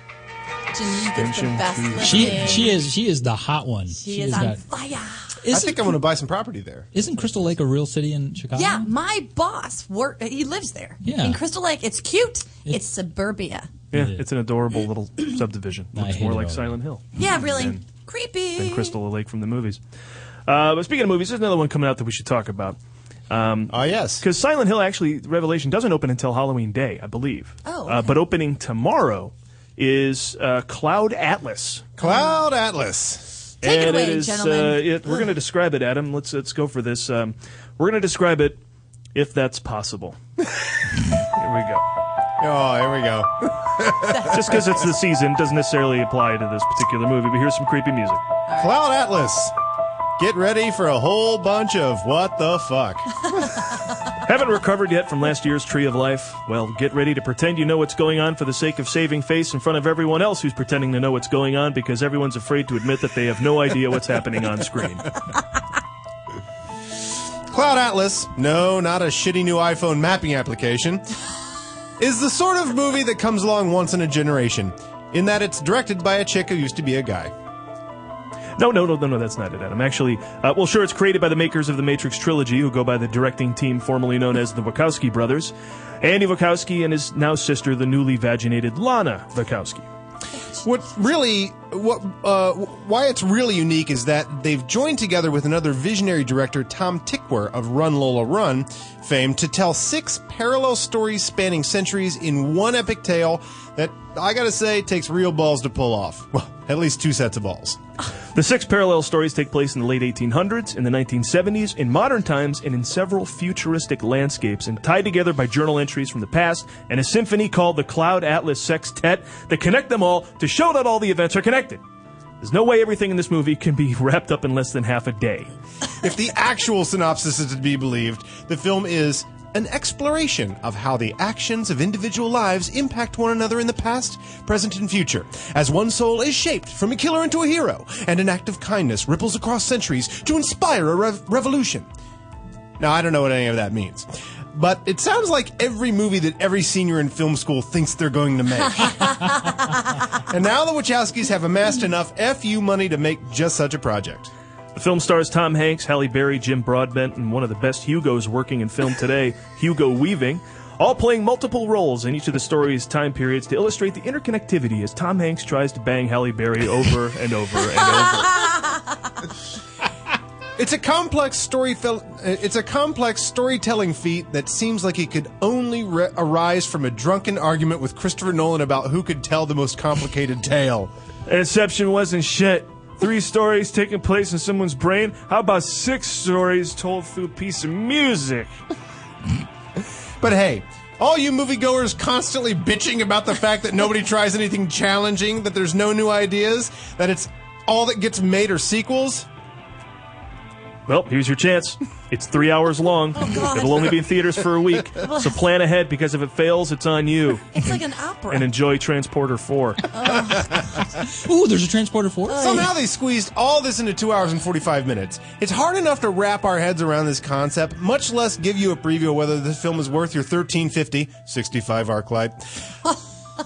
I: Janine gets the
H: Extension
I: best
H: to-
I: looking.
G: She she is she is the hot one.
I: She, is, on
G: got-
I: fire.
H: I
G: Isn't,
H: think I'm going to buy some property there.
G: isn't Crystal Lake a real city in Chicago?
I: Yeah, my boss work. He lives there
G: Yeah.
I: in Crystal Lake. It's cute. It's suburbia.
F: Yeah, it's an adorable little subdivision.
G: I
F: Looks
G: hate
F: more
G: it
F: like
G: already.
F: Silent Hill.
G: Mm-hmm.
I: Yeah, really
F: And-
I: creepy.
F: than Crystal Lake from the movies. Uh, but speaking of movies, there's another one coming out that we should talk about.
H: Ah, yes.
F: Because Silent Hill actually, Revelation doesn't open until Halloween Day, I believe.
I: Oh,
F: Uh,
I: okay.
F: but opening tomorrow is uh, Cloud Atlas.
H: Cloud Atlas.
I: Take it
F: and
I: away,
F: it is,
I: gentlemen.
F: Uh, it, we're going to describe it, Adam. Let's let's go for this. Um, we're going to describe it if that's possible. Here we go.
H: Oh, here we go.
F: Just because it's the season doesn't necessarily apply to this particular movie. But here's some creepy music.
H: Cloud Atlas. Get ready for a whole bunch of what the fuck.
F: Haven't recovered yet from last year's Tree of Life? Well, get ready to pretend you know what's going on for the sake of saving face in front of everyone else who's pretending to know what's going on because everyone's afraid to admit that they have no idea what's happening on screen.
H: Cloud Atlas, no, not a shitty new iPhone mapping application, is the sort of movie that comes along once in a generation, in that it's directed by a chick who used to be a guy.
F: No, no, no, no, no, that's not it, Adam. Actually, uh, well, sure, it's created by the makers of the Matrix trilogy, who go by the directing team formerly known as the Wachowski brothers, Andy Wachowski and his now sister, the newly vaginated Lana Wachowski.
H: What really, what, uh, why it's really unique is that they've joined together with another visionary director, Tom Tickwer of Run Lola Run fame, to tell six parallel stories spanning centuries in one epic tale that, I gotta say, takes real balls to pull off. Well, at least two sets of balls.
F: The six parallel stories take place in the late 1800s, in the 1970s, in modern times, and in several futuristic landscapes, and tied together by journal entries from the past and a symphony called the Cloud Atlas Sextet that connect them all to show that all the events are connected. There's no way everything in this movie can be wrapped up in less than half a day.
H: if the actual synopsis is to be believed, the film is an exploration of how the actions of individual lives impact one another in the past, present, and future, as one soul is shaped from a killer into a hero, and an act of kindness ripples across centuries to inspire a rev- revolution. Now, I don't know what any of that means, but it sounds like every movie that every senior in film school thinks they're going to make. and now the Wachowskis have amassed enough FU money to make just such a project.
F: The film stars Tom Hanks, Halle Berry, Jim Broadbent, and one of the best Hugos working in film today, Hugo Weaving, all playing multiple roles in each of the story's time periods to illustrate the interconnectivity as Tom Hanks tries to bang Halle Berry over and over and over.
H: It's a complex story. Fel- uh, it's a complex storytelling feat that seems like it could only re- arise from a drunken argument with Christopher Nolan about who could tell the most complicated tale.
F: Inception wasn't shit. Three stories taking place in someone's brain. How about six stories told through a piece of music?
H: But hey, all you moviegoers constantly bitching about the fact that nobody tries anything challenging, that there's no new ideas, that it's all that gets made are sequels.
F: Well, here's your chance. It's three hours long.
I: Oh, God.
F: It'll only be in theaters for a week. So plan ahead because if it fails, it's on you.
I: It's like an opera.
F: And enjoy Transporter 4.
G: Ooh, there's a transporter for us.
H: Somehow they squeezed all this into two hours and 45 minutes. It's hard enough to wrap our heads around this concept, much less give you a preview of whether this film is worth your 1350 65 arc light.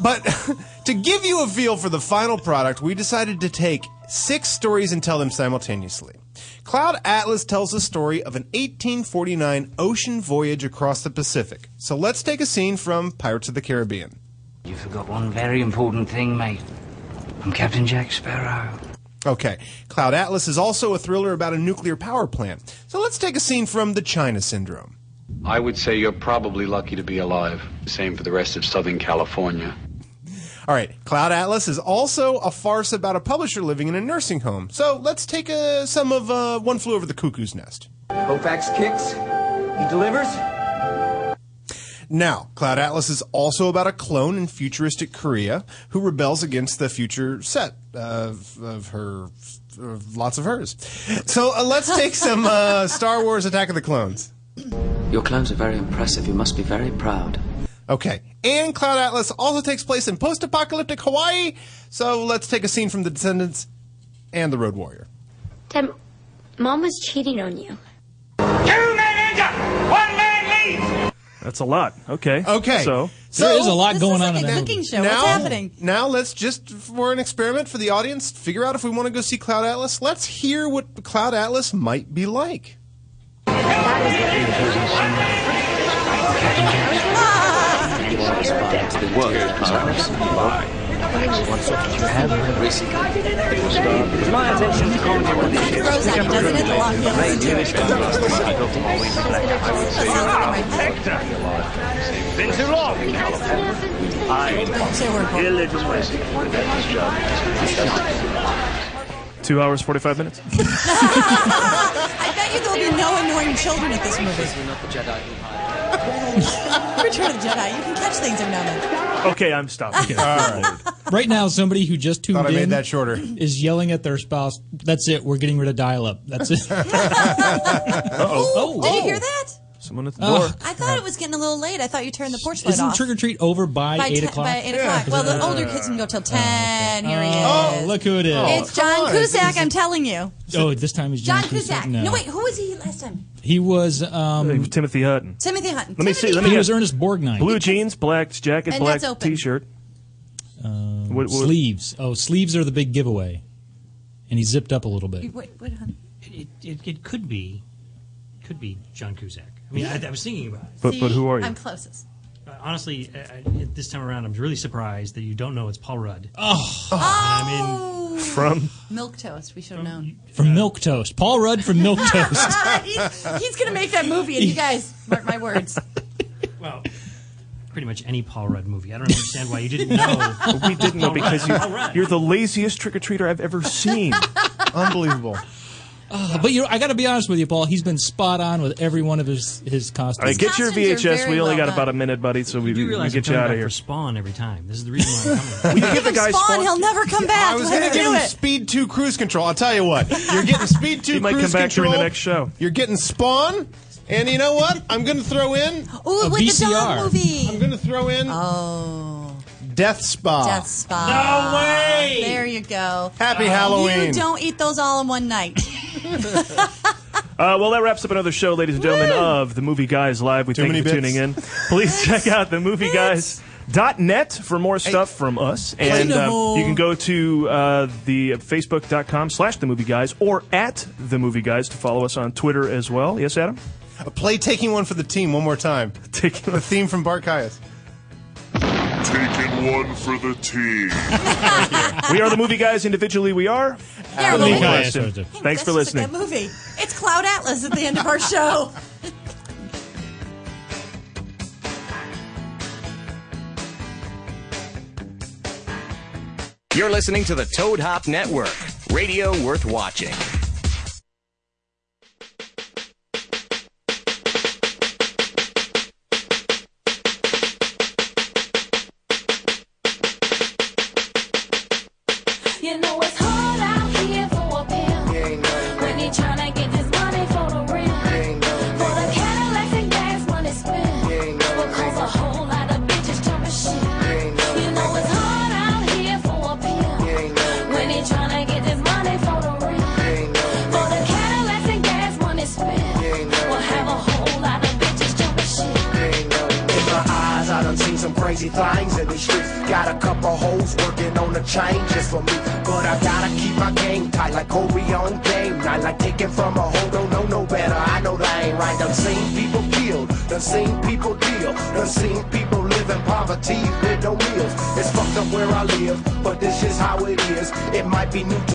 H: but to give you a feel for the final product, we decided to take six stories and tell them simultaneously. Cloud Atlas tells the story of an 1849 ocean voyage across the Pacific. So let's take a scene from Pirates of the Caribbean.
R: You forgot one very important thing, mate. I'm Captain Jack Sparrow.
H: Okay. Cloud Atlas is also a thriller about a nuclear power plant. So let's take a scene from The China Syndrome.
T: I would say you're probably lucky to be alive. Same for the rest of Southern California.
H: All right. Cloud Atlas is also a farce about a publisher living in a nursing home. So let's take uh, some of uh, One Flew Over the Cuckoo's Nest.
U: Hofax kicks. He delivers.
H: Now, Cloud Atlas is also about a clone in futuristic Korea who rebels against the future set of, of her, of lots of hers. So uh, let's take some uh, Star Wars Attack of the Clones.
R: Your clowns are very impressive. You must be very proud.
H: Okay. And Cloud Atlas also takes place in post apocalyptic Hawaii. So let's take a scene from The Descendants and The Road Warrior.
V: Dad, Mom was cheating on you.
S: Two men enter, one man leaves.
F: That's a lot. Okay.
H: Okay.
F: So,
G: there is a lot going on in that movie.
I: show. What's happening?
H: Now let's just for an experiment for the audience, figure out if we want to go see Cloud Atlas. Let's hear what Cloud Atlas might be like.
R: You are aspiring to the world of powers. Once you have received it will start with
U: My attention to comedy
I: It grows on you, doesn't it? The long
U: Made
I: nose.
U: English comedies I hope to always reflect. I would say you're Hector! Been too long! I ill advised the best job.
F: two hours, 45 minutes.
I: I bet you there'll be no annoying children at this movie.
R: We're not the Jedi who hide.
I: Return of the Jedi. You can catch things every now and then.
F: Okay, I'm stopping.
G: Right now, somebody who just tuned
H: Thought I
G: in
H: made that shorter.
G: is yelling at their spouse. That's it. We're getting rid of dial-up. That's it.
I: Did you hear that?
F: Someone at the door.
G: Oh,
I: I thought it was getting a little late. I thought you turned the porch light
G: Isn't
I: off.
G: trick or treat over by,
I: by,
G: eight
I: ten-
G: o'clock?
I: by 8 o'clock. Well, the older kids can go till 10. Here he is.
G: Oh, look who it is!
I: it's John Cusack, I'm telling you.
G: oh, this time is
I: John
G: John,
I: Cusack.
G: No.
I: No. wait, who was he last time?
G: he was. Um,
F: Timothy Hutton.
I: Timothy Hutton.
F: Let me see.
I: Timothy
F: Let me
G: he
F: guess.
G: was Ernest Borgnine.
F: Blue jeans, black jacket,
I: And
F: black
I: that's open.
F: t-shirt.
G: Um,
F: What- what-
G: sleeves. Oh, sleeves are the big giveaway, and he zipped up a little bit.
I: Wait, wait, hon.
K: It, it, it could be, could be John Cusack. I mean, I, I was thinking about it.
F: But, but who are you?
I: I'm closest.
K: Uh, honestly, I, I, this time around, I'm really surprised that you don't know it's Paul Rudd.
G: Oh,
K: I
I: mean,
F: From
I: Oh. Milk toast. We should have known.
G: from Milk Toast. Paul Rudd from Milk Toast.
I: he's going to make that movie, and you guys, mark my words.
K: Well, pretty much any Paul Rudd movie. I don't understand why you didn't know.
F: we didn't know
K: All
F: because
K: right, all
F: you,
K: right.
F: you're the laziest trick or treater I've ever seen.
H: Unbelievable.
G: Ah, but you know, I got to be honest with you, Paul. He's been spot on with every one of his his
F: All
G: costumes.
F: right, get your VHS. We only got about a minute, buddy, so we,
K: You
F: we
K: realize I'm
F: get you
K: coming
F: out of
K: back
F: here.
K: for Spawn every time. This is the reason why I'm coming.
F: We can get the guy Spawn.
I: he'll never come back.
H: I was
I: Let
H: going
I: him
H: to give
I: do
H: him
I: it.
H: speed two cruise control. I'll tell you what, you're getting speed two.
F: He might
H: cruise
F: come back during
H: control.
F: the next show.
H: You're getting Spawn, and you know what? I'm going to throw in
I: Ooh,
H: a
I: with the
H: VCR.
I: dog movie.
H: I'm going to throw in
I: oh
H: Death Spa.
I: Death Spa.
H: Oh. No way!
I: There you go.
H: Happy Halloween.
I: You don't eat those all in one night.
F: Uh, well, that wraps up another show, ladies and gentlemen, of the Movie Guys Live. We
H: Too
F: thank
H: many
F: you for
H: bits.
F: tuning in. Please check out the themovieguys.net for more stuff from us. And uh,
H: Wonderful.
F: you can go to uh, the facebook.com slash the movie guys or at the movie guys to follow us on Twitter as well. Yes, Adam?
H: Uh, Play taking one for the team one more time.
F: Taking
H: the theme from Bart Caius.
Q: Taking one for the team.
F: we are the movie guys individually. We are.
I: Yeah,
F: Adam
I: well,
F: and
I: hey,
F: Preston.
I: hey,
F: Thanks
I: that's
F: for
I: just like
F: listening.
I: That movie. It's Cloud Atlas at the end of our show.
C: You're listening to the Toad Hop Network, radio worth watching.
A: You know it's hard out here for a pimp when he tryna get his money for the rent, for the Cadillacs and gas money spent. What cause a whole lot of bitches jumping shit. You know it's hard out here for a pimp when he tryna get his money for the rent, for the Cadillacs and gas money spent. We'll have a whole lot of bitches jumping shit.
U: In my eyes, I done seen some crazy things in these streets. Got a couple hoes working on the changes for me. But I gotta keep my game tight like Corey on game night. Like taking from a hoe, don't know no better. I know that ain't right. Done seen people killed, done seen people deal, done seen people live in poverty with no meals. It's fucked up where I live, but this is how it is. It might be new. to